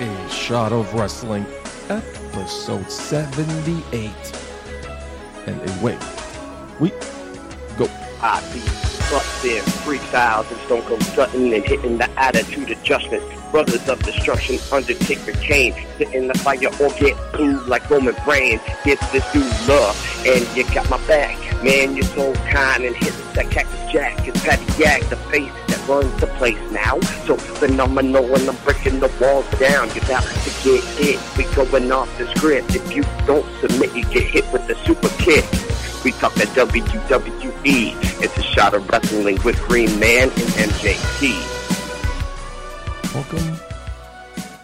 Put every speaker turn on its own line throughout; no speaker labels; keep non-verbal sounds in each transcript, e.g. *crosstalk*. A Shot of Wrestling, episode 78. And a way we go.
I be up there, freestyles and Stone Cold Sutton and hitting the attitude adjustment. Brothers of destruction, Undertaker Kane, sitting the fire or get glued like Roman Reigns. Give this dude love, and you got my back. Man, you're so kind and hit that Cactus Jack and Patty Yak, the face that runs the place now. So phenomenal and I'm breaking the walls down. You're about to get hit. We going off the script. If you don't submit, you get hit with the super kick. We talk that WWE. E. It's a shot of wrestling with Green Man and MJT.
Welcome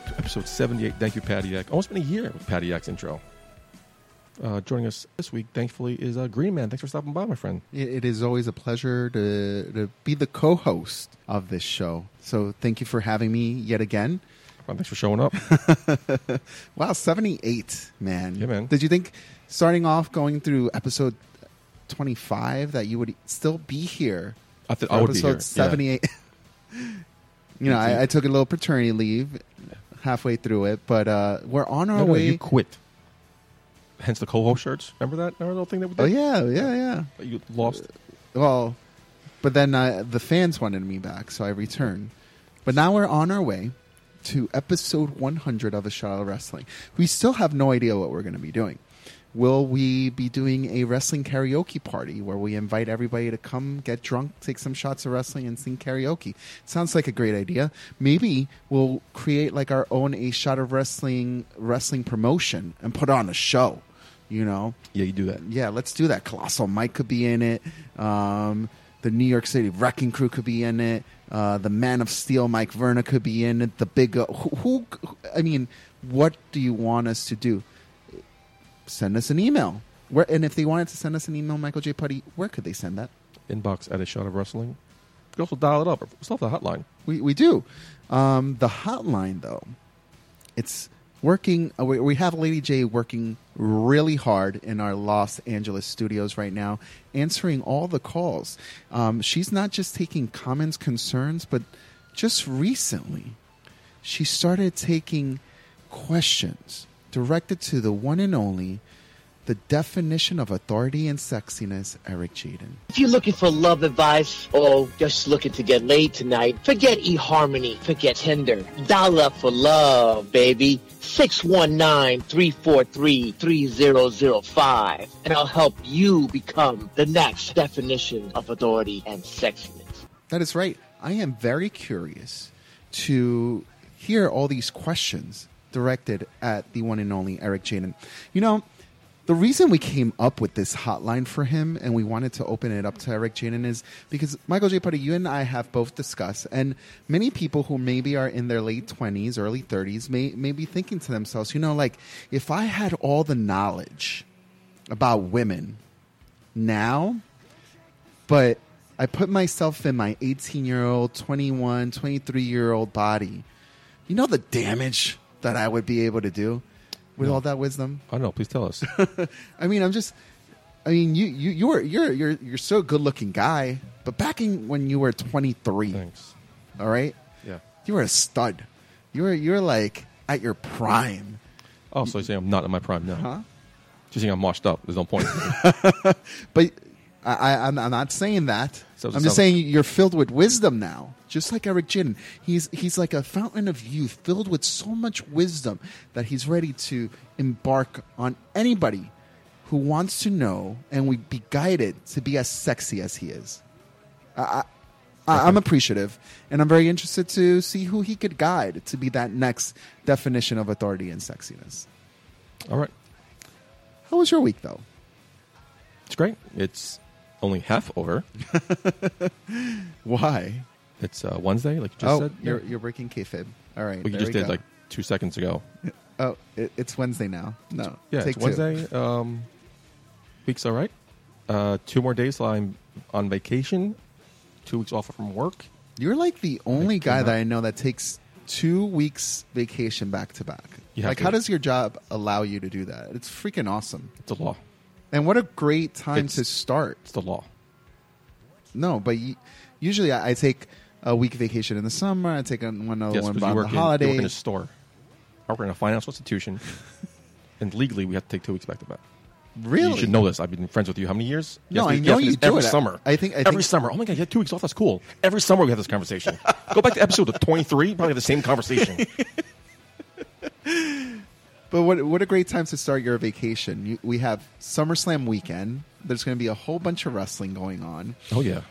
to episode 78. Thank you, Patty Yak. Almost been a year with Patty Yak's intro. Uh, joining us this week, thankfully, is uh, Green Man. Thanks for stopping by, my friend.
It, it is always a pleasure to, to be the co host of this show. So thank you for having me yet again.
Well, thanks for showing up.
Wow, 78, man.
Yeah, man.
Did you think starting off going through episode 25 that you would still be here?
I, th-
for
I would be
episode
here. Yeah.
78. *laughs* you know, I, I took a little paternity leave halfway through it, but uh, we're on our
No, no,
way.
you quit. Hence the co-host shirts. Remember that? Remember the little thing that we did?
oh, yeah, yeah, yeah.
That You lost.
Well, but then uh, the fans wanted me back, so I returned. But now we're on our way to episode 100 of A Shot of Wrestling. We still have no idea what we're going to be doing. Will we be doing a wrestling karaoke party where we invite everybody to come get drunk, take some shots of wrestling, and sing karaoke? Sounds like a great idea. Maybe we'll create like our own A Shot of Wrestling wrestling promotion and put on a show, you know?
Yeah, you do that.
yeah, let's do that. Colossal Mike could be in it. Um, the New York City Wrecking Crew could be in it. Uh, the Man of Steel, Mike Verna, could be in it. The Big O. Who, who? I mean, what do you want us to do? Send us an email. Where, and if they wanted to send us an email, Michael J. Putty, where could they send that?
Inbox at a shot of wrestling. You can also dial it up. We still have the hotline.
We we do. Um, the hotline though, it's working. uh, We, we have Lady J working really hard in our Los Angeles studios right now, answering all the calls. Um, she's not just taking comments, concerns, but just recently, she started taking questions directed to the one and only. The definition of authority and sexiness, Eric Jaden.
If you're looking for love advice or just looking to get laid tonight, forget eHarmony, forget Tinder. Dial up for love, baby. 619-343-3005. And I'll help you become the next definition of authority and sexiness.
That is right. I am very curious to hear all these questions directed at the one and only Eric Jaden. You know, the reason we came up with this hotline for him and we wanted to open it up to Eric Jaden is because Michael J. Putty, you and I have both discussed, and many people who maybe are in their late 20s, early 30s may, may be thinking to themselves, you know, like, if I had all the knowledge about women now, but I put myself in my 18 year old, 21, 23 year old body. You know the damage that I would be able to do with all that wisdom?
I don't know. Please tell us.
*laughs* I mean, I'm just. I mean, you you you're you're you're you're so good looking guy, but back in when you were 23,
Thanks.
all right,
Yeah.
you were a stud. You were you're like at your prime.
Oh, so you're saying I'm not in my prime now?
Huh?
You're saying I'm washed up. There's no
*laughs*
point.
But I, I, I'm, I'm not saying that.
So-
I'm just
so-
saying you're filled with wisdom now, just like Eric Jin. He's he's like a fountain of youth, filled with so much wisdom that he's ready to embark on anybody who wants to know and would be guided to be as sexy as he is. I, I, I'm appreciative, and I'm very interested to see who he could guide to be that next definition of authority and sexiness.
All right.
How was your week, though?
It's great. It's only half over.
Why?
It's uh, Wednesday, like you just
oh,
said.
you're
Yeah.
you're breaking kayfabe. All right,
Well, you
there
just
we
did
go.
like two seconds
*laughs*
ago.
Oh, it, it's Wednesday now. No,
Yeah,
take
it's Wednesday. Um, week's all right. Uh, two more days till I'm on vacation. Two weeks off from work.
Two. You're like the only guy
cannot-
that I know that takes two weeks vacation back to back.
You have
Like,
to.
how does your job allow you to do that? It's freaking awesome.
It's the law.
And what a great time
It's-
to start.
It's the law.
No, but you, usually I, I take a week vacation in the summer. I take an- one other
Yes,
one
because you
on the
work in, you work in a
holidays.
store. I work in a financial
*laughs*
institution, and legally we have to take two weeks back to back.
Really?
You should know this. I've been friends with you how many years?
No,
Yes,
I
yes,
know
it
you
is
do
every
it. I-
summer.
I think- I
every
think-
summer. Oh my god, yeah, two weeks off. That's cool. Every summer we have this conversation. Go back to episode of twenty three. Probably have the same
*laughs*
conversation.
But what what a great time to start your vacation. You, we have SummerSlam weekend. There's going to be a whole bunch of wrestling going on.
oh yeah.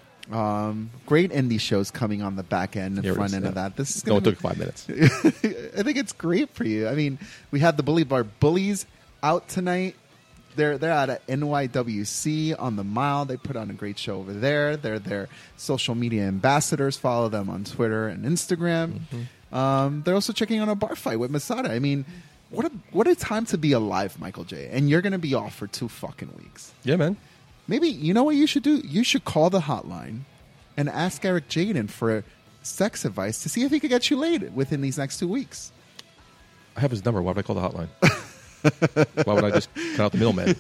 Great indie shows coming on the back end and
Here it
front
is,
end
yeah.
of that. This is
No,
going
it
to
took five minutes.
*laughs* I think it's great for you. I mean, we had the Bully Bar Bullies out tonight. They're they're out at NYWC on the mile. They put on a great show over there. They're their social media ambassadors. Follow them on Twitter and Instagram.
Mm-hmm.
Um, they're also checking on a bar fight with Masada. I mean, what a what a time to be alive, Michael J. And you're going to be off for two fucking weeks.
Yeah, man.
Maybe you know what you should do. You should call the hotline and ask Eric Jaden for sex advice to see if he could get you laid within these next two weeks.
I have his number. Why would I call the hotline?
*laughs*
Why would I just cut out the middleman?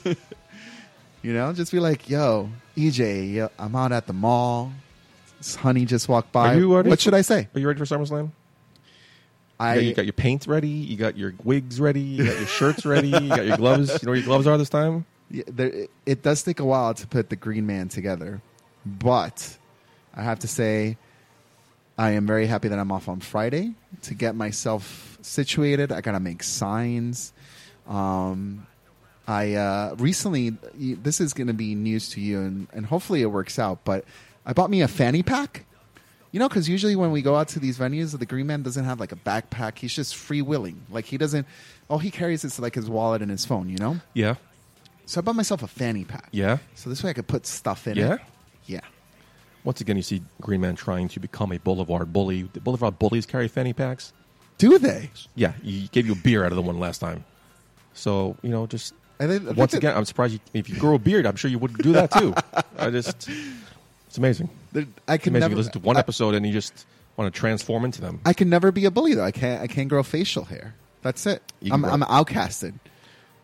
You know, just be like, "Yo, EJ, yo, I'm out at the mall. This honey just walked by.
Are you ready
what
for-
should I say?
Are you ready for SummerSlam?
I
You got, you got your paint ready. You got your wigs ready. You got your shirts ready. You got your gloves. You know where your gloves are this time.
yeah, there, it, it does take a while to put the Green Man together, but I have to say, I am very happy that I'm off on Friday to get myself situated. I gotta make signs. Um, I uh, recently y- this is gonna be news to you, and, and hopefully it works out. But I bought me a fanny pack. You know, because usually when we go out to these venues, the Green Man doesn't have like a backpack. He's just freewheeling. Like he doesn't. All he carries is like his wallet and his phone. You know.
Yeah.
So I bought myself a fanny pack.
Yeah.
So this way I could put stuff in
Yeah?
it. Yeah.
Once again, you see Green Man trying to become a Boulevard bully. The Boulevard bullies carry fanny packs.
Do they?
Yeah, he gave you a beer out of the one last time. So you know, just
I think- I think
once
that-
again, I'm surprised you, if you grew a beard. I'm sure you would do that too. I just, it's amazing.
There- I
It's
can
amazing.
never
you listen to one
I,
episode and you just want to transform into them.
I can never be a bully though. I can't. I can't grow facial hair. That's it.
You can
I'm,
grow-
I'm outcasted.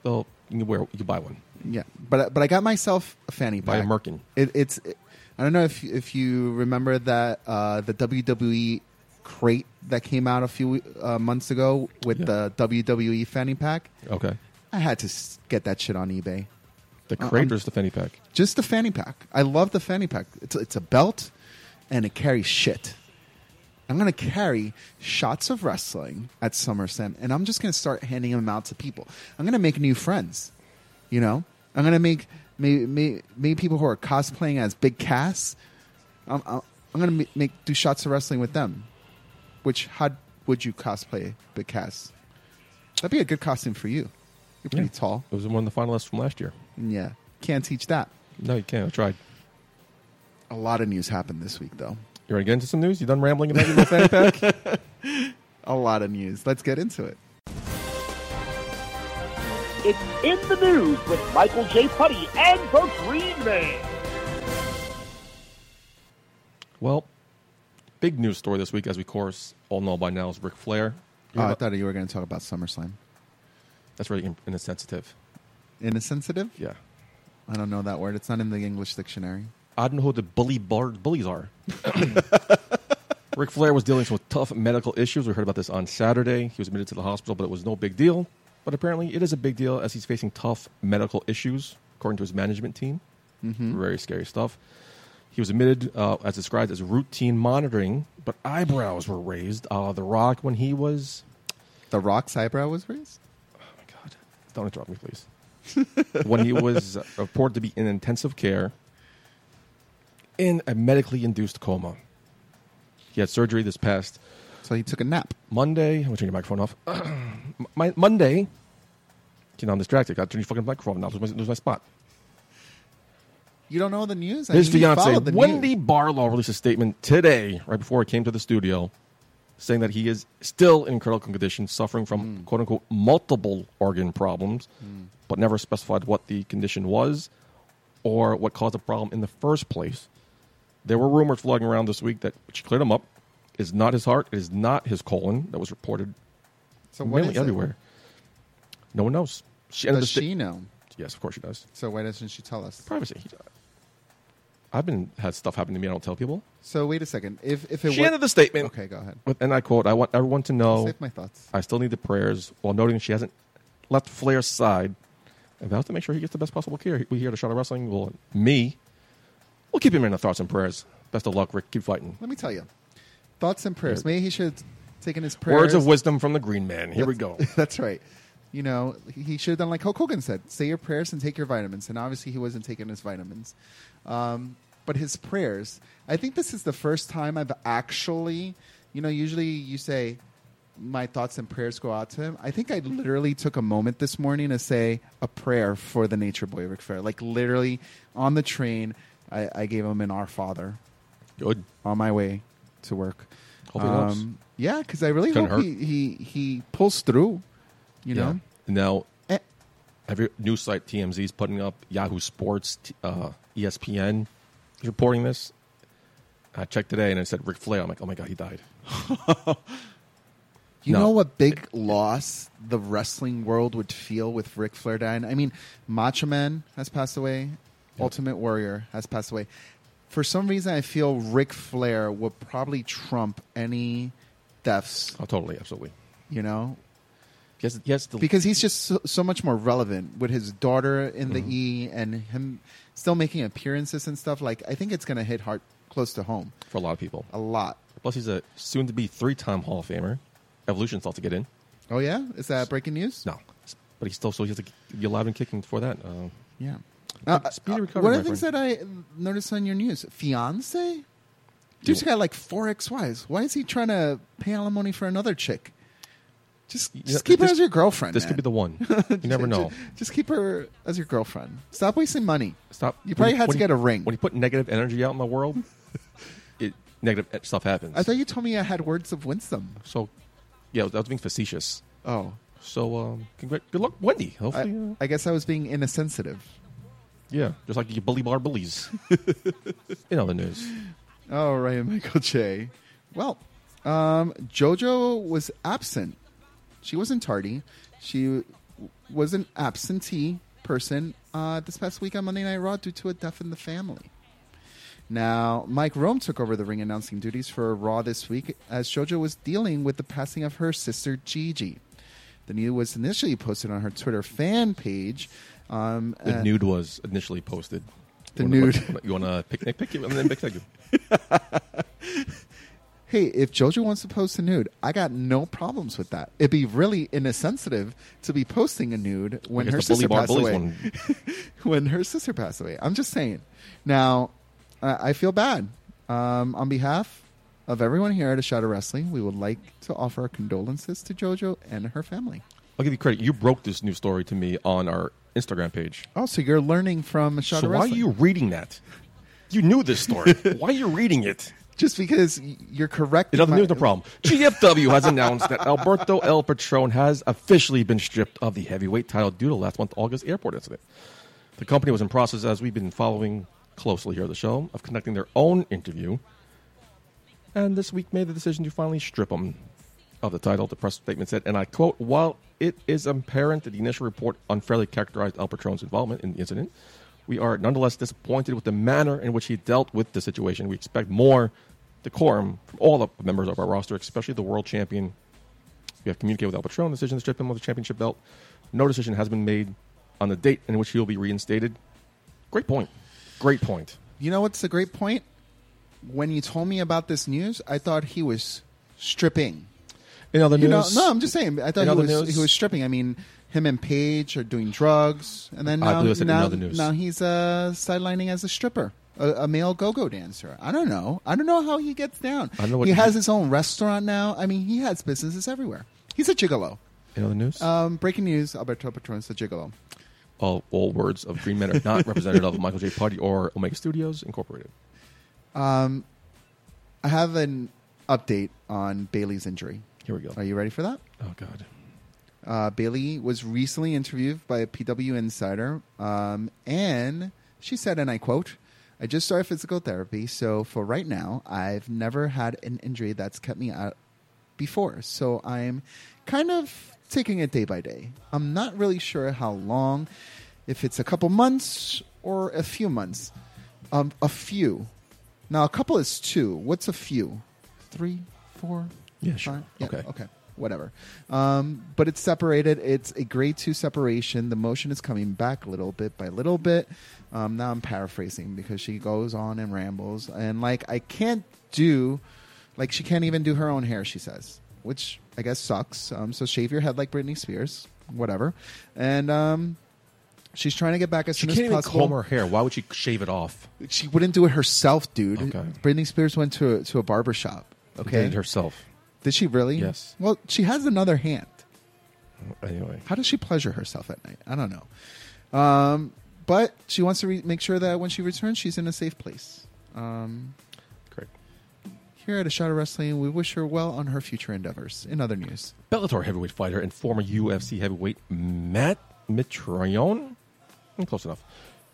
so you can wear, you can buy one.
Yeah. But I- but I got myself a fanny
Buy a
pack.
merkin.
It, it's. It, I don't know if if you remember that uh, the WWE crate that came out a few uh, months ago with
Yeah.
the WWE fanny pack.
Okay,
I had to s- get that shit on eBay.
the
Uh,
crate
I'm-
or just the fanny pack.
just the fanny pack. I love the fanny pack. It's it's a belt, and it carries shit. I'm gonna carry shots of wrestling at SummerSlam, and I'm just gonna start handing them out to people. I'm gonna make new friends. You know, I'm gonna make maybe maybe, maybe people who are cosplaying as Big Cass. I'm I'm I'm gonna ma- make do shots of wrestling with them. Which how would you cosplay Big Cass? That'd be a good costume for you. You're pretty
Yeah.
tall.
It was one of the finalists from last year.
Yeah, can't teach that.
No, you can't. I tried.
A lot of news happened this week, though.
You ready to get into some news? You done rambling about your little fanny pack?
A lot of news. Let's get into it.
It's in the news with Michael J. Putty and the Green Man.
Well, big news story this week, as we course all know by now, is Ric Flair.
Oh, I thought you were going to talk about SummerSlam.
That's really in- insensitive.
Insensitive?
Yeah.
I don't know that word. It's not in the English dictionary.
I don't know who the bully bar- bullies
*laughs*
are. Ric Flair was dealing with some tough medical issues. We heard about this on Saturday. He was admitted to the hospital, but it was no big deal. But apparently, it is a big deal as he's facing tough medical issues, according to his management team.
Mm-hmm.
Very scary stuff. He was admitted, uh, as described, as routine monitoring, but eyebrows were raised. Uh, the Rock, when he was
The Rock's eyebrow was raised.
Oh my god! Don't interrupt me, please. *laughs* when he was reported to be in intensive care in a medically induced coma, he had surgery this past
So he took a nap.
Monday. I'm gonna turn your microphone off. *clears throat* my, Monday. You know, I'm distracted. I got to turn your fucking microphone off. Now lose my, lose my spot.
You don't know the news? I
His
mean, you
fiancee
followed the
Wendy
news.
Barlow, released a statement today, right before I came to the studio, saying that he is still in critical condition, suffering
Hmm.
from "quote unquote" multiple organ problems, but never specified what the condition was or what caused the problem in the first place. There were rumors floating around this week that she cleared him up. Is not his heart. It is not his colon that was reported
So what
mainly
is it?
everywhere. No one knows. She ended
Does
the sta-
she know?
Yes, of course she does.
So why doesn't she tell us?
Privacy. I've been had stuff happen to me. I don't tell people.
So wait a second. If if it
She
were-
ended the Oh. statement.
okay, go ahead.
With- And I quote: "I want everyone to know
Save my thoughts.
I still need the prayers." While noting she hasn't left Flair's side, and vows to make sure he gets the best possible care. We here at Shot of Wrestling, well, me, we'll keep him in our thoughts and prayers. Best of luck, Rick. Keep fighting.
Let me tell you, thoughts and prayers.
Yeah.
Maybe he should have taken his prayers.
Words of wisdom from the Green Man. Here we
*laughs*
go.
That's right. You know, he should have done like Hulk Hogan said: say your prayers and take your vitamins. And obviously, he wasn't taking his vitamins. Um, but his prayers. I think this is the first time I've actually, you know, usually you say my thoughts and prayers go out to him. I think I literally took a moment this morning to say a prayer for the Nature Boy Ric Flair. Like literally on the train, I, I gave him an Our Father
Good.
on my way to work. Um,
Hope it helps.
yeah, because I really
Couldn't
hope
hurt.
he, he he pulls through. You know,
Yeah. Now,
Eh.
every news site TMZ is putting up Yahoo Sports, t- uh, ESPN is reporting this. I checked today and it said Ric Flair. I'm like, oh my god, he died.
you
No.
know what big loss the wrestling world would feel with Ric Flair dying. I mean, Macho Man has passed away, Ultimate Warrior has passed away. For some reason, I feel Ric Flair would probably trump any deaths.
Oh, totally, absolutely.
You know,
Yes, yes. The,
because he's just so, so much more relevant with his daughter in
Mm-hmm.
the E and him still making appearances and stuff. Like I think it's going to hit hard close to home
for a lot of people.
a lot.
Plus, he's a soon-to-be three-time Hall of Famer. Evolution's thought to get in.
Oh yeah, is that breaking news?
No, but he's still so he has to be alive and kicking for that. Uh,
Yeah. Uh,
Speedy
uh,
recovery,
one of
my
the things
friend.
that I noticed on your news, fiance, dude's got like four ex wives. Why is he trying to pay alimony for another chick? Just, just
Yeah,
keep
this-
her as your girlfriend.
this could be the
*laughs*
one. You never know.
Just, keep her as your girlfriend. Stop wasting money.
Stop.
You probably
when-
had to
when you-
get a ring.
When you put negative energy out in the world,
*laughs*
it negative e, stuff happens.
I thought you told me I had words of wisdom.
so. Yeah, I was being facetious.
Oh,
So, um, congr- good luck, Wendy.
I,
Hopefully, uh,
I guess I was being insensitive.
yeah, just like you bully bar
*laughs*
bullies in other news.
Oh, Ryan Michael J. Well, um, JoJo was absent. She wasn't tardy. She w- was an absentee person uh, this past week on Monday Night Raw due to a death in the family. Now, Mike Rome took over the ring announcing duties for Raw this week as JoJo was dealing with the passing of her sister Gigi. The news was initially posted on her Twitter fan page. Um,
The
uh,
nude was initially posted.
The
You wanna-
nude.
wanna- You want to picnic pick you and then pick you.
hey, if JoJo wants to post a nude, I got no problems with that. It'd be really insensitive to be posting a nude when
Because
her
the bully
sister
bar
passed
bullies
away.
one-
*laughs* when her sister passed away, I'm just saying. Now, I, I feel bad um, on behalf of everyone here at A Shot of Wrestling. We would like to offer our condolences to JoJo and her family.
I'll give you credit. You broke this new story to me on our Instagram page.
Oh, so you're learning from A Shot
so
of
why are
Wrestling?
you reading that? You knew this
*laughs*
story. why are you reading it?
just because y- you're correct.
In other
my-
news, no problem. GFW has announced that Alberto El Patron has officially been stripped of the heavyweight title due to last month's August airport incident. The company was in process, as we've been following closely here at the show, of conducting their own interview, and this week made the decision to finally strip him of the title. The press statement said, and I quote, While it is apparent that the initial report unfairly characterized El Patron's involvement in the incident, we are nonetheless disappointed with the manner in which he dealt with the situation. We expect more decorum from all the members of our roster, especially the world champion. We have communicated with El Patron, the decision to strip him of the championship belt. No decision has been made on the date in which he will be reinstated. Great point. Great point.
You know what's a great point? When you told me about this news, I thought he was stripping.
In other
You know,
news,
no, I'm just saying. I thought
In
he
other
was,
news-
he was stripping. I mean, him and Paige are doing drugs, and then
Ah, I
now
believe I said in
now,
other news.
now he's uh, sidelining as a stripper, a, a male go-go dancer. I don't know. I don't know how he gets down.
I don't know what
he
he-
has his own restaurant now. I mean, he has businesses everywhere. He's a gigolo.
in other news,
Um, breaking news: Alberto Patron is a gigolo.
all, all words of Green Men are not representative of Michael J. Party or Omega Studios Incorporated.
I have an update on Bailey's injury.
Here we go.
Are you ready for that?
Oh God.
Uh, Bailey was recently interviewed by a PW Insider, um, and she said, and I quote, I just started physical therapy, so for right now, I've never had an injury that's kept me out before. So I'm kind of taking it day by day. I'm not really sure how long, if it's a couple months or a few months. Um, a few. Now, a couple is two. What's a few? Three, four,
Yeah, sure.
five? Yeah,
Okay.
Okay. *laughs* Whatever. Um, but it's separated. It's a grade two separation. The motion is coming back little bit by little bit. Um, now I'm paraphrasing because she goes on and rambles. And, like, I can't do, like, she can't even do her own hair, she says, which I guess sucks. Um, so shave your head like Britney Spears. Whatever. And, um, She's trying to get back as
She
soon
can't
as
even
possible
comb her hair. Why would she shave it off?
she wouldn't do it herself, dude.
Okay.
Britney Spears went to a, to a barber shop. Okay,
Did it herself.
did she really?
Yes.
Well, she has another hand.
Anyway.
How does she pleasure herself at night? I don't know. Um, but she wants to re- make sure that when she returns, she's in a safe place.
Correct.
Here at A Shot of Wrestling, we wish her well on her future endeavors. In other news,
Bellator heavyweight fighter and former UFC heavyweight Matt Mitrione? Hmm, Close enough.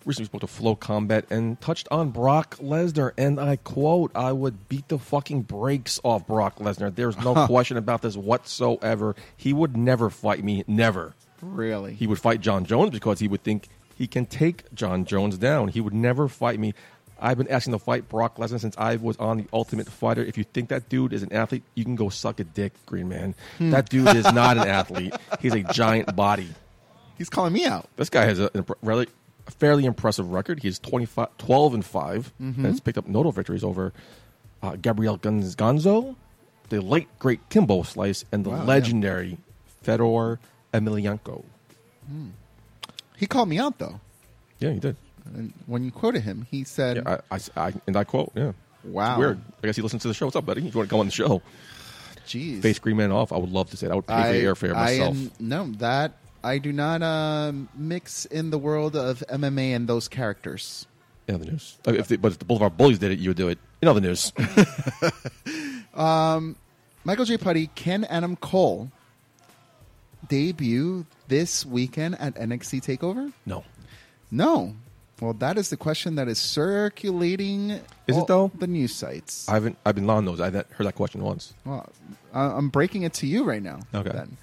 Recently spoke to Flow Combat and touched on Brock Lesnar, and I quote, I would beat the fucking brakes off Brock Lesnar. There's no question about this whatsoever. He would never fight me, never.
really,
He would fight John Jones because he would think he can take John Jones down. He would never fight me. I've been asking to fight Brock Lesnar since I was on the Ultimate Fighter. If you think that dude is an athlete, you can go suck a dick, Green Man.
Hmm.
That dude is not
*laughs*
an athlete. He's a giant body.
he's calling me out.
This guy has a, an impre- really- a fairly impressive record. He's 25, 12 and 5, and
Mm-hmm.
has picked up notable victories over uh, Gabriel Gonz- Gonzo, the late great Kimbo Slice, and the
Wow, yeah.
legendary Fedor Emelianenko.
He called me out though.
Yeah, he did.
And when you quoted him, he said,
Yeah, I, I, I, and I quote, yeah.
Wow.
It's weird. I guess he listens to the show. What's up, buddy? You want to come on the show?
"Jeez,
Face Green Man off. I would love to say that. I would pay for the airfare myself.
am- no, that I do not uh, mix in the world of MMA and those characters.
In other news. Uh, If the, but if the Boulevard Bullies did it, you would do it. In other news.
Michael J. Putty can Adam Cole debut this weekend at NXT Takeover?
no.
No. Well, that is the question that is circulating.
Is it,
all
though?
The news sites.
I haven't, I've been on those. I haven't heard that question once.
Well, I- I'm breaking it to you right now.
Okay.
then.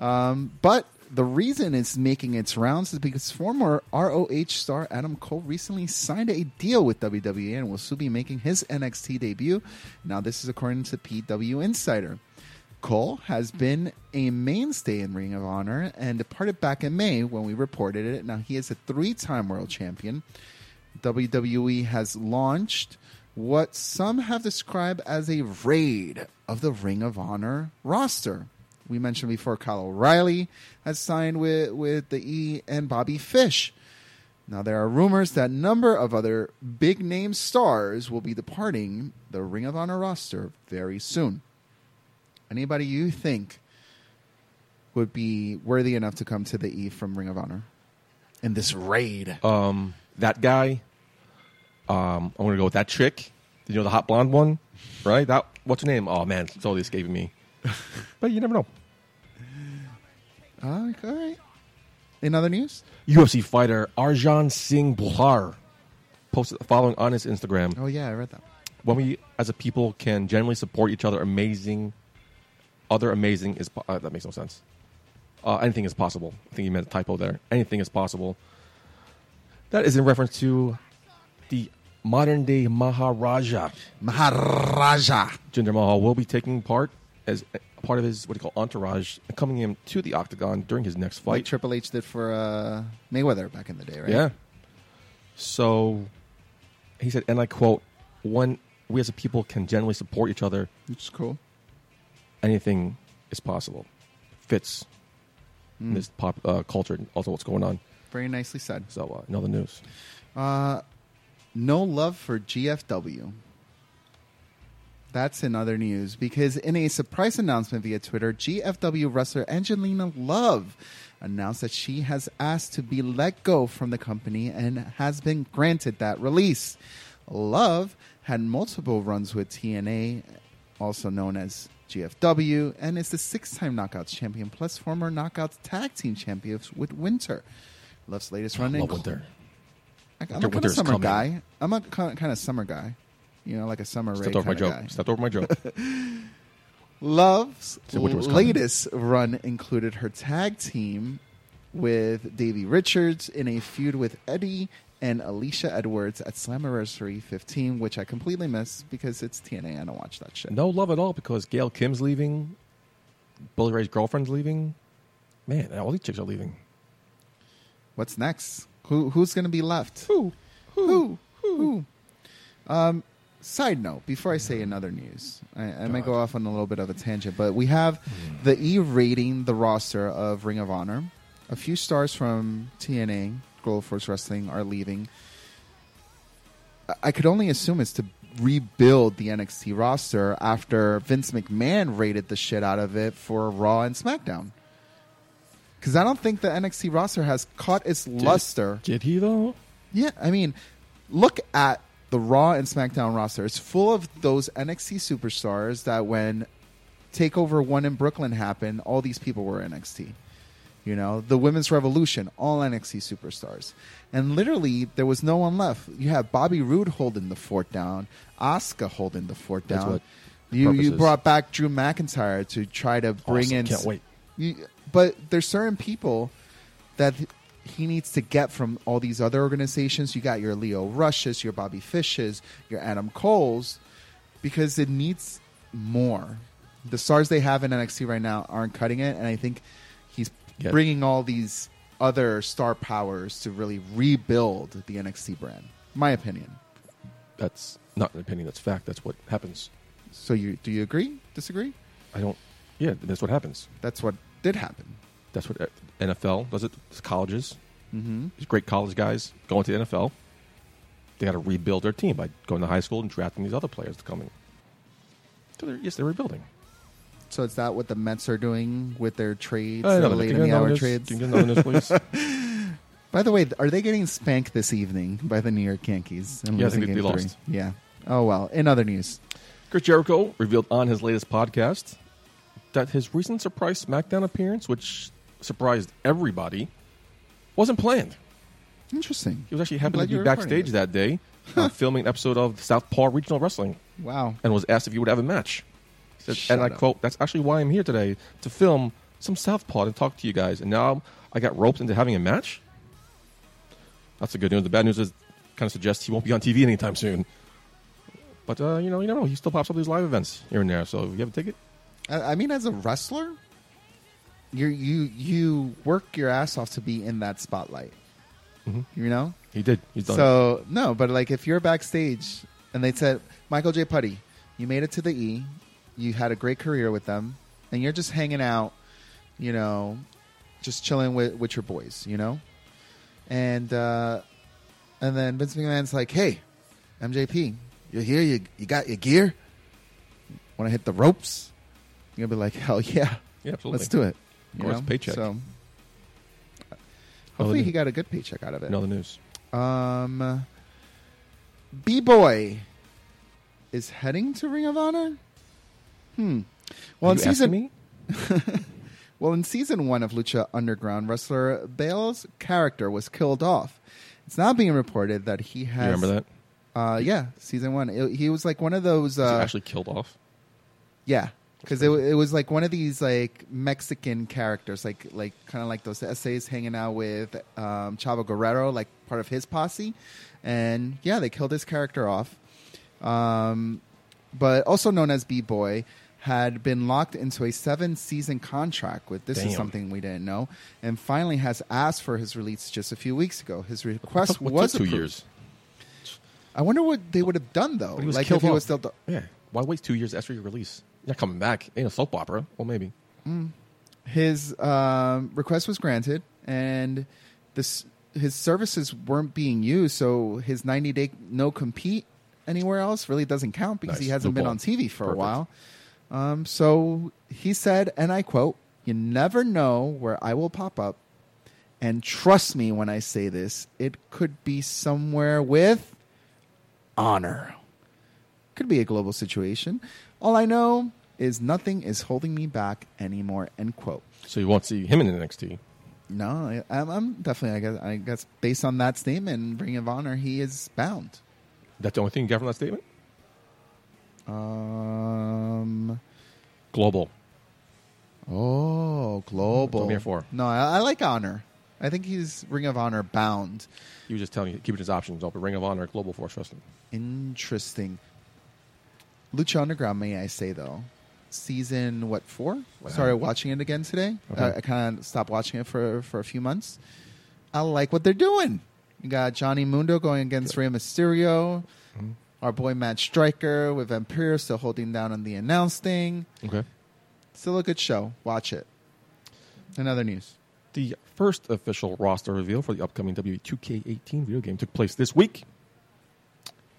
Um, but the reason it's making its rounds is because former ROH star Adam Cole recently signed a deal with WWE and will soon be making his NXT debut. Now, this is according to PW Insider. Cole has been a mainstay in Ring of Honor and departed back in May when we reported it. Now, he is a three time world champion. WWE E has launched what some have described as a raid of the Ring of Honor roster. We mentioned before Kyle O'Reilly has signed with, with the E and Bobby Fish. Now there are rumors that a number of other big name stars will be departing the Ring of Honor roster very soon. Anybody you think would be worthy enough to come to the E from Ring of Honor in this raid?
Um, that guy. Um, I'm gonna go with that chick. You know the hot blonde one, right? That what's her name? Oh man, it's totally escaping
*laughs*
me. but you never know.
Uh, all right. In other news,
UFC fighter Arjan Singh Buhar posted the following on his Instagram.
oh yeah, I read that.
When we, as a people, can generally support each other, amazing, other amazing is po- uh, that makes no sense. Uh, anything is possible. I think he meant a typo there. Anything is possible. That is in reference to the modern day Maharaja.
Maharaja.
Jinder Mahal will be taking part as a part of his what do you call entourage coming in to the octagon during his next
Like
fight.
Triple H did for uh, Mayweather back in the day, right?
Yeah. So he said, and I quote, when we as a people can generally support each other,
Which is cool.
anything is possible. Fits
Hmm.
in this pop uh, culture and also what's going on.
Very nicely said.
So, uh, in other news,
No love for GFW. That's in other news because in a surprise announcement via Twitter, GFW wrestler Angelina Love announced that she has asked to be let go from the company and has been granted that release. Love had multiple runs with TNA, also known as GFW, and is the six time Knockouts champion plus former Knockouts tag team champions with Winter. Love's latest run
love
inclu-
winter.
like,
Winter-
I'm a kind of
winter's
summer
coming.
guy. I'm a kind of summer guy. You know, like a summer raid
Stepped over my
kinda
joke.
guy.
Stepped over my joke.
*laughs* Love's
So winter was coming.
latest run included her tag team with Davey Richards in a feud with Eddie and Alicia Edwards at Slammiversary 15, which I completely missed because it's TNA. I don't watch that shit.
No love at all because Gail Kim's leaving, Billy Ray's girlfriend's leaving. Man, all these chicks are leaving.
What's next? Who who's going to be left? Who who who? Um, side note: Before I say another news, I, I might go off on a little bit of a tangent, but we have the E rating the roster of Ring of Honor. A few stars from TNA, Global Force Wrestling, are leaving. I- I could only assume it's to rebuild the NXT roster after Vince McMahon rated the shit out of it for Raw and SmackDown. Because I don't think the NXT roster has caught its luster.
Did he though?
Yeah, I mean, look at the Raw and SmackDown roster. It's full of those NXT superstars that when Takeover 1 in Brooklyn happened, all these people were NXT. You know, the Women's Revolution, all NXT superstars. And literally, there was no one left. You have Bobby Roode holding the fort down, Asuka holding the fort
That's
down.
what
you,
purpose
you
is.
brought back Drew McIntyre to try to bring
Awesome.
in.
Can't wait.
You, but there's certain people that he needs to get from all these other organizations. You got your Leo Rushes, your Bobby Fishes, your Adam Coles, because it needs more. The stars they have in NXT right now aren't cutting it, and I think he's
Get it.
bringing all these other star powers to really rebuild the NXT brand. My opinion.
That's not an opinion. That's fact. That's what happens.
So you do you agree? Disagree?
I don't. Yeah, that's what happens.
That's what did happen.
That's what uh, NFL does. It it's colleges. Mm-hmm. These great college guys going to the NFL. They got to rebuild their team by going to high school and drafting these other players to come in. So they're, yes, they're rebuilding.
So is that what the Mets are doing with their trades,
Uh,
their
no, but
late
can
in
you
the
get
hour
another news?
trades?
Can you get another news,
*laughs*
please?
By the way, th- are they getting spanked this evening by the New York Yankees? And
Yeah, I think
losing
they
game
lost.
three? Yeah. Oh well. In other news,
Chris Jericho revealed on his latest podcast that his recent surprise SmackDown appearance, which surprised everybody, wasn't planned.
interesting.
He was actually
I'm
happened
glad
to be
you're recording
backstage
this.
that
*laughs*
day uh, filming an episode of Southpaw Regional Wrestling
Wow.
and was asked if he would have a match. He said-
Shut
and I
up.
quote, That's actually why I'm here today to film some Southpaw to talk to you guys. And now I got roped into having a match? That's the good news. The bad news is kind of suggests he won't be on TV anytime soon. But, uh, you know, you never know. He still pops up at these live events here and there. So if you have a ticket,
I, I mean, as a wrestler, you you you work your ass off to be in that spotlight.
Mm-hmm.
You know.
He did. He's done. it.
So no, but like if you're backstage and they said Michael J. Putty, you made it to the E, you had a great career with them, and you're just hanging out, you know, just chilling with with your boys, you know, and uh, and then Vince McMahon's like, hey, MJP, you're here, you you got your gear, want to hit the ropes? You're gonna be like, hell yeah,
yeah, absolutely.
let's do it.
Of course, paycheck.
So uh, hopefully
news.
he got a good paycheck out of it.
In other news,
Um, B Boy is heading to Ring of Honor. Hmm. Well,
Are
in
you
season
asking me,
well in season one of Lucha Underground, wrestler Bale's character was killed off. It's now being reported that he
Do
has.
you remember that?
Uh, yeah, season one. It- he was like one of those.
Was he
Uh,
actually killed off.
yeah, because it, wa- it was like one of these like Mexican characters, like like kind of like those essays hanging out with um, Chavo Guerrero, like part of his posse, and yeah, they killed his character off. Um, but also known as B Boy, had been locked into a seven season contract with this
Damn.
is something we didn't know, and finally has asked for his release just a few weeks ago. His request
Took- what
was
took two
approved.
years?
I wonder what they would have done though.
But he was
like
killed
if he
off.
was still. th-
Yeah. Why wait two years after your release? You're not coming back. Ain't a soap opera. Well, maybe.
his um, request was granted, and this his services weren't being used, so his 90 day no compete anywhere else really doesn't count because
Nice.
he hasn't been
Loophole.
on TV for a
Perfect.
while. Um, so he said, and I quote, "You never know where I will pop up, and trust me when I say this, it could be somewhere with honor." could be a global situation. All I know is nothing is holding me back anymore. End quote.
So you won't see him in NXT.
No, I, I'm, I'm definitely. I guess, I guess based on that statement, Ring of Honor, he is bound.
That's the only thing you got from that statement.
Um.
Global.
Oh, global.
That's what I'm here for.
No, oh, I, I like honor. I think he's Ring of Honor bound.
He was just telling you, keeping his options open. Ring of Honor, Global Force Wrestling.
Interesting. Lucha Underground, may I say though, season what four? Started watching it again today.
Okay.
Uh, I kind of stopped watching it for for a few months. I like what they're doing. You got Johnny Mundo going against Rey Mysterio. Our boy Matt Striker with Vampiro still holding down on the announce thing.
Okay.
Still a good show. Watch it. In other news,
The first official roster reveal for the upcoming E WWE 2K18 video game took place this week.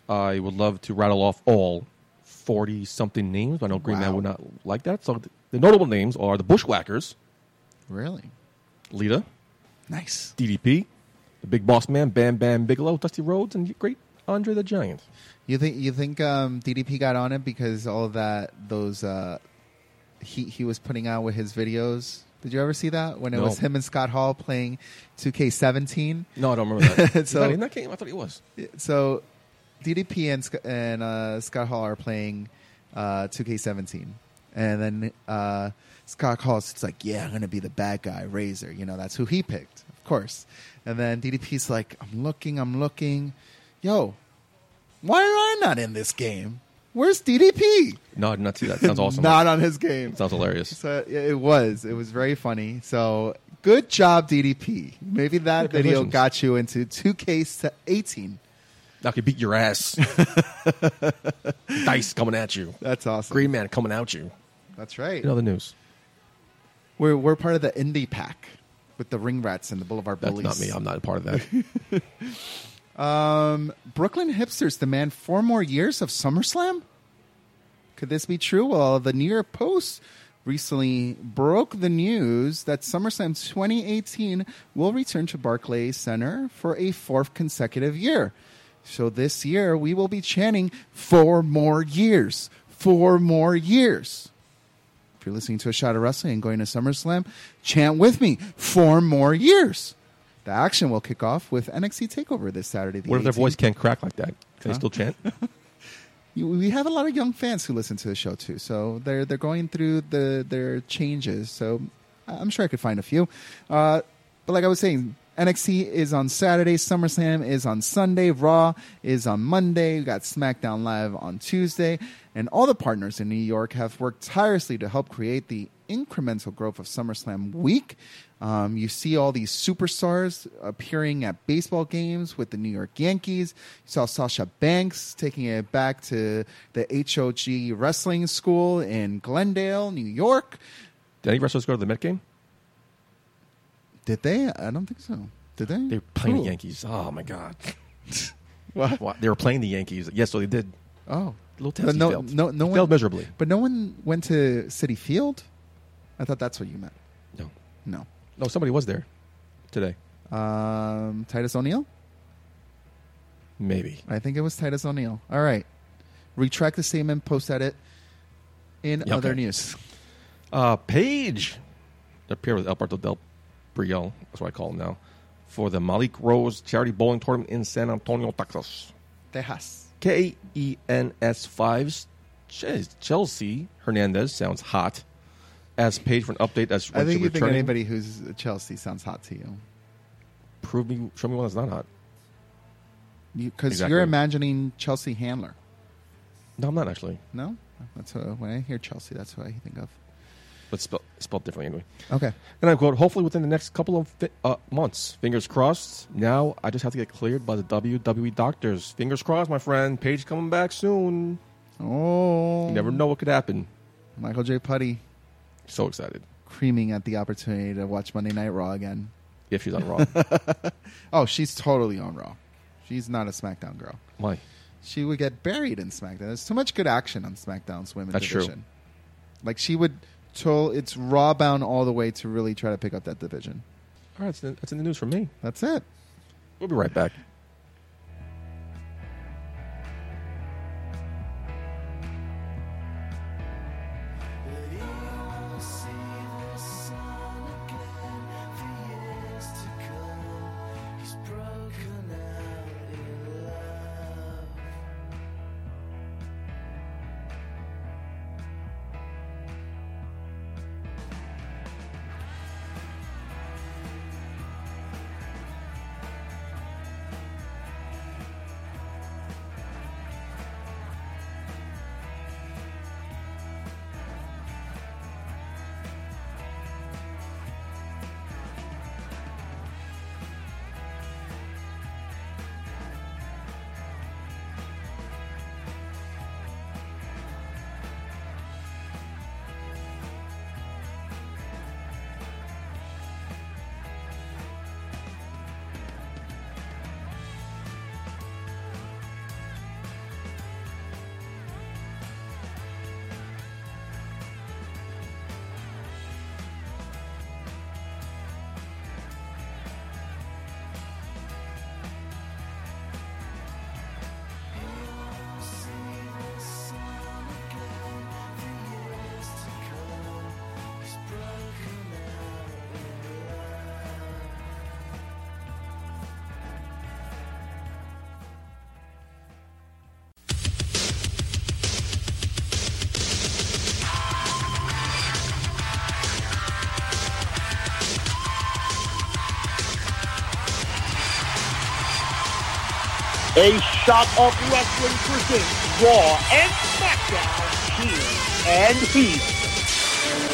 I would love to rattle off all 40 something names, but I know Green Man
Wow.
would not like that. So th- the notable names are the Bushwhackers,
really
Lita,
nice.
DDP, the Big Boss Man, Bam Bam Bigelow, Dusty Rhodes, and Great Andre the Giant.
You think you think um, DDP got on it because all of that those uh, he he was putting out with his videos. Did you ever see that when it
No.
was him and Scott Hall playing 2K17?
No, I don't remember that. He's
So-
not in that game? I thought he was.
So DDP and Sc- and uh, Scott Hall are playing uh, 2K17, and then uh, Scott Hall's just like, "Yeah, I'm gonna be the bad guy, Razor." You know, that's who he picked, of course. And then DDP's like, "I'm looking, I'm looking, yo, why am I not in this game? Where's DDP?
No, I did not see that. *laughs* Sounds awesome.
not on his game."
Sounds hilarious.
So yeah, it was. It was very funny. So good job, DDP. Maybe that video
Congratulations.
got you into 2K18.
I could beat your *laughs* ass. Dice coming at you.
That's awesome.
Green Man coming at you.
That's right.
In other news,
We're we're part of the indie pack with the Ring Rats and the Boulevard
that's
Bullies.
not me. I'm not a part of that. *laughs*
Um, Brooklyn hipsters demand four more years of SummerSlam. Could this be true? Well, the New York Post recently broke the news that SummerSlam 2018 will return to Barclays Center for a fourth consecutive year. So this year we will be chanting four more years, four more years. If you're listening to a shot of wrestling and going to SummerSlam, chant with me four more years. The action will kick off with NXT Takeover this Saturday. The
What if their
18th.
voice can't crack like that? Can they still chant?
You- we have a lot of young fans who listen to the show too, so they're they're going through the their changes. So I- I'm sure I could find a few. Uh, but like I was saying, NXT is on Saturday, SummerSlam is on Sunday, Raw is on Monday. We got SmackDown Live on Tuesday, and all the partners in New York have worked tirelessly to help create the incremental growth of SummerSlam week. Um, you see all these superstars appearing at baseball games with the New York Yankees. You saw Sasha Banks taking it back to the HOG Wrestling School in Glendale, New York.
Did any wrestlers go to the Met game?
Did they? I don't think so. Did they?
They were playing
Cool.
the Yankees. Oh my *laughs* god!
What?
Wow, They were playing the Yankees. Yes, so they did.
Oh,
Little
But
Tennessee
no,
failed.
no, no
He
one
failed miserably.
But no one went to City Field. I thought that's what you meant.
No,
No,
no, somebody was there today.
um, Titus O'Neil.
Maybe
I think it was Titus O'Neil. All right, retract the statement. Post edit. In
Yeah,
other
okay.
news,
uh, Page appeared with Alberto Del Briel. That's what I call him now for the Malik Rose Charity Bowling Tournament in San Antonio, Texas.
Tejas.
K E N S fives. Jeez, Chelsea Hernandez sounds hot. As Page for an update as
I
when
think
she
you think
returning.
anybody who's Chelsea sounds hot to you
Prove me, show me one that's not hot.
because you,
Exactly.
are imagining Chelsea Handler.
No, I'm not actually.
No, that's what, when I hear Chelsea, that's what I think of.
but spelled, spelled differently anyway.
Okay,
And I quote, hopefully within the next couple of fi- uh, months. Fingers crossed. Now I just have to get cleared by the WWE doctors. Fingers crossed, my friend. Paige coming back soon.
oh,
You never know what could happen.
Michael J. Putty
So excited.
creaming at the opportunity to watch Monday Night Raw again.
If she's on Raw.
*laughs* Oh, she's totally on Raw. She's not a SmackDown girl.
Why?
She would get buried in SmackDown. There's too much good action on SmackDown's women's
That's true.
division. Like she would toll it's Raw bound all the way to really try to pick up that division.
All right, that's in, that's in the news for me.
That's it.
We'll be right back.
He's broken out in love.
A shot of wrestling presents Raw and SmackDown here and here.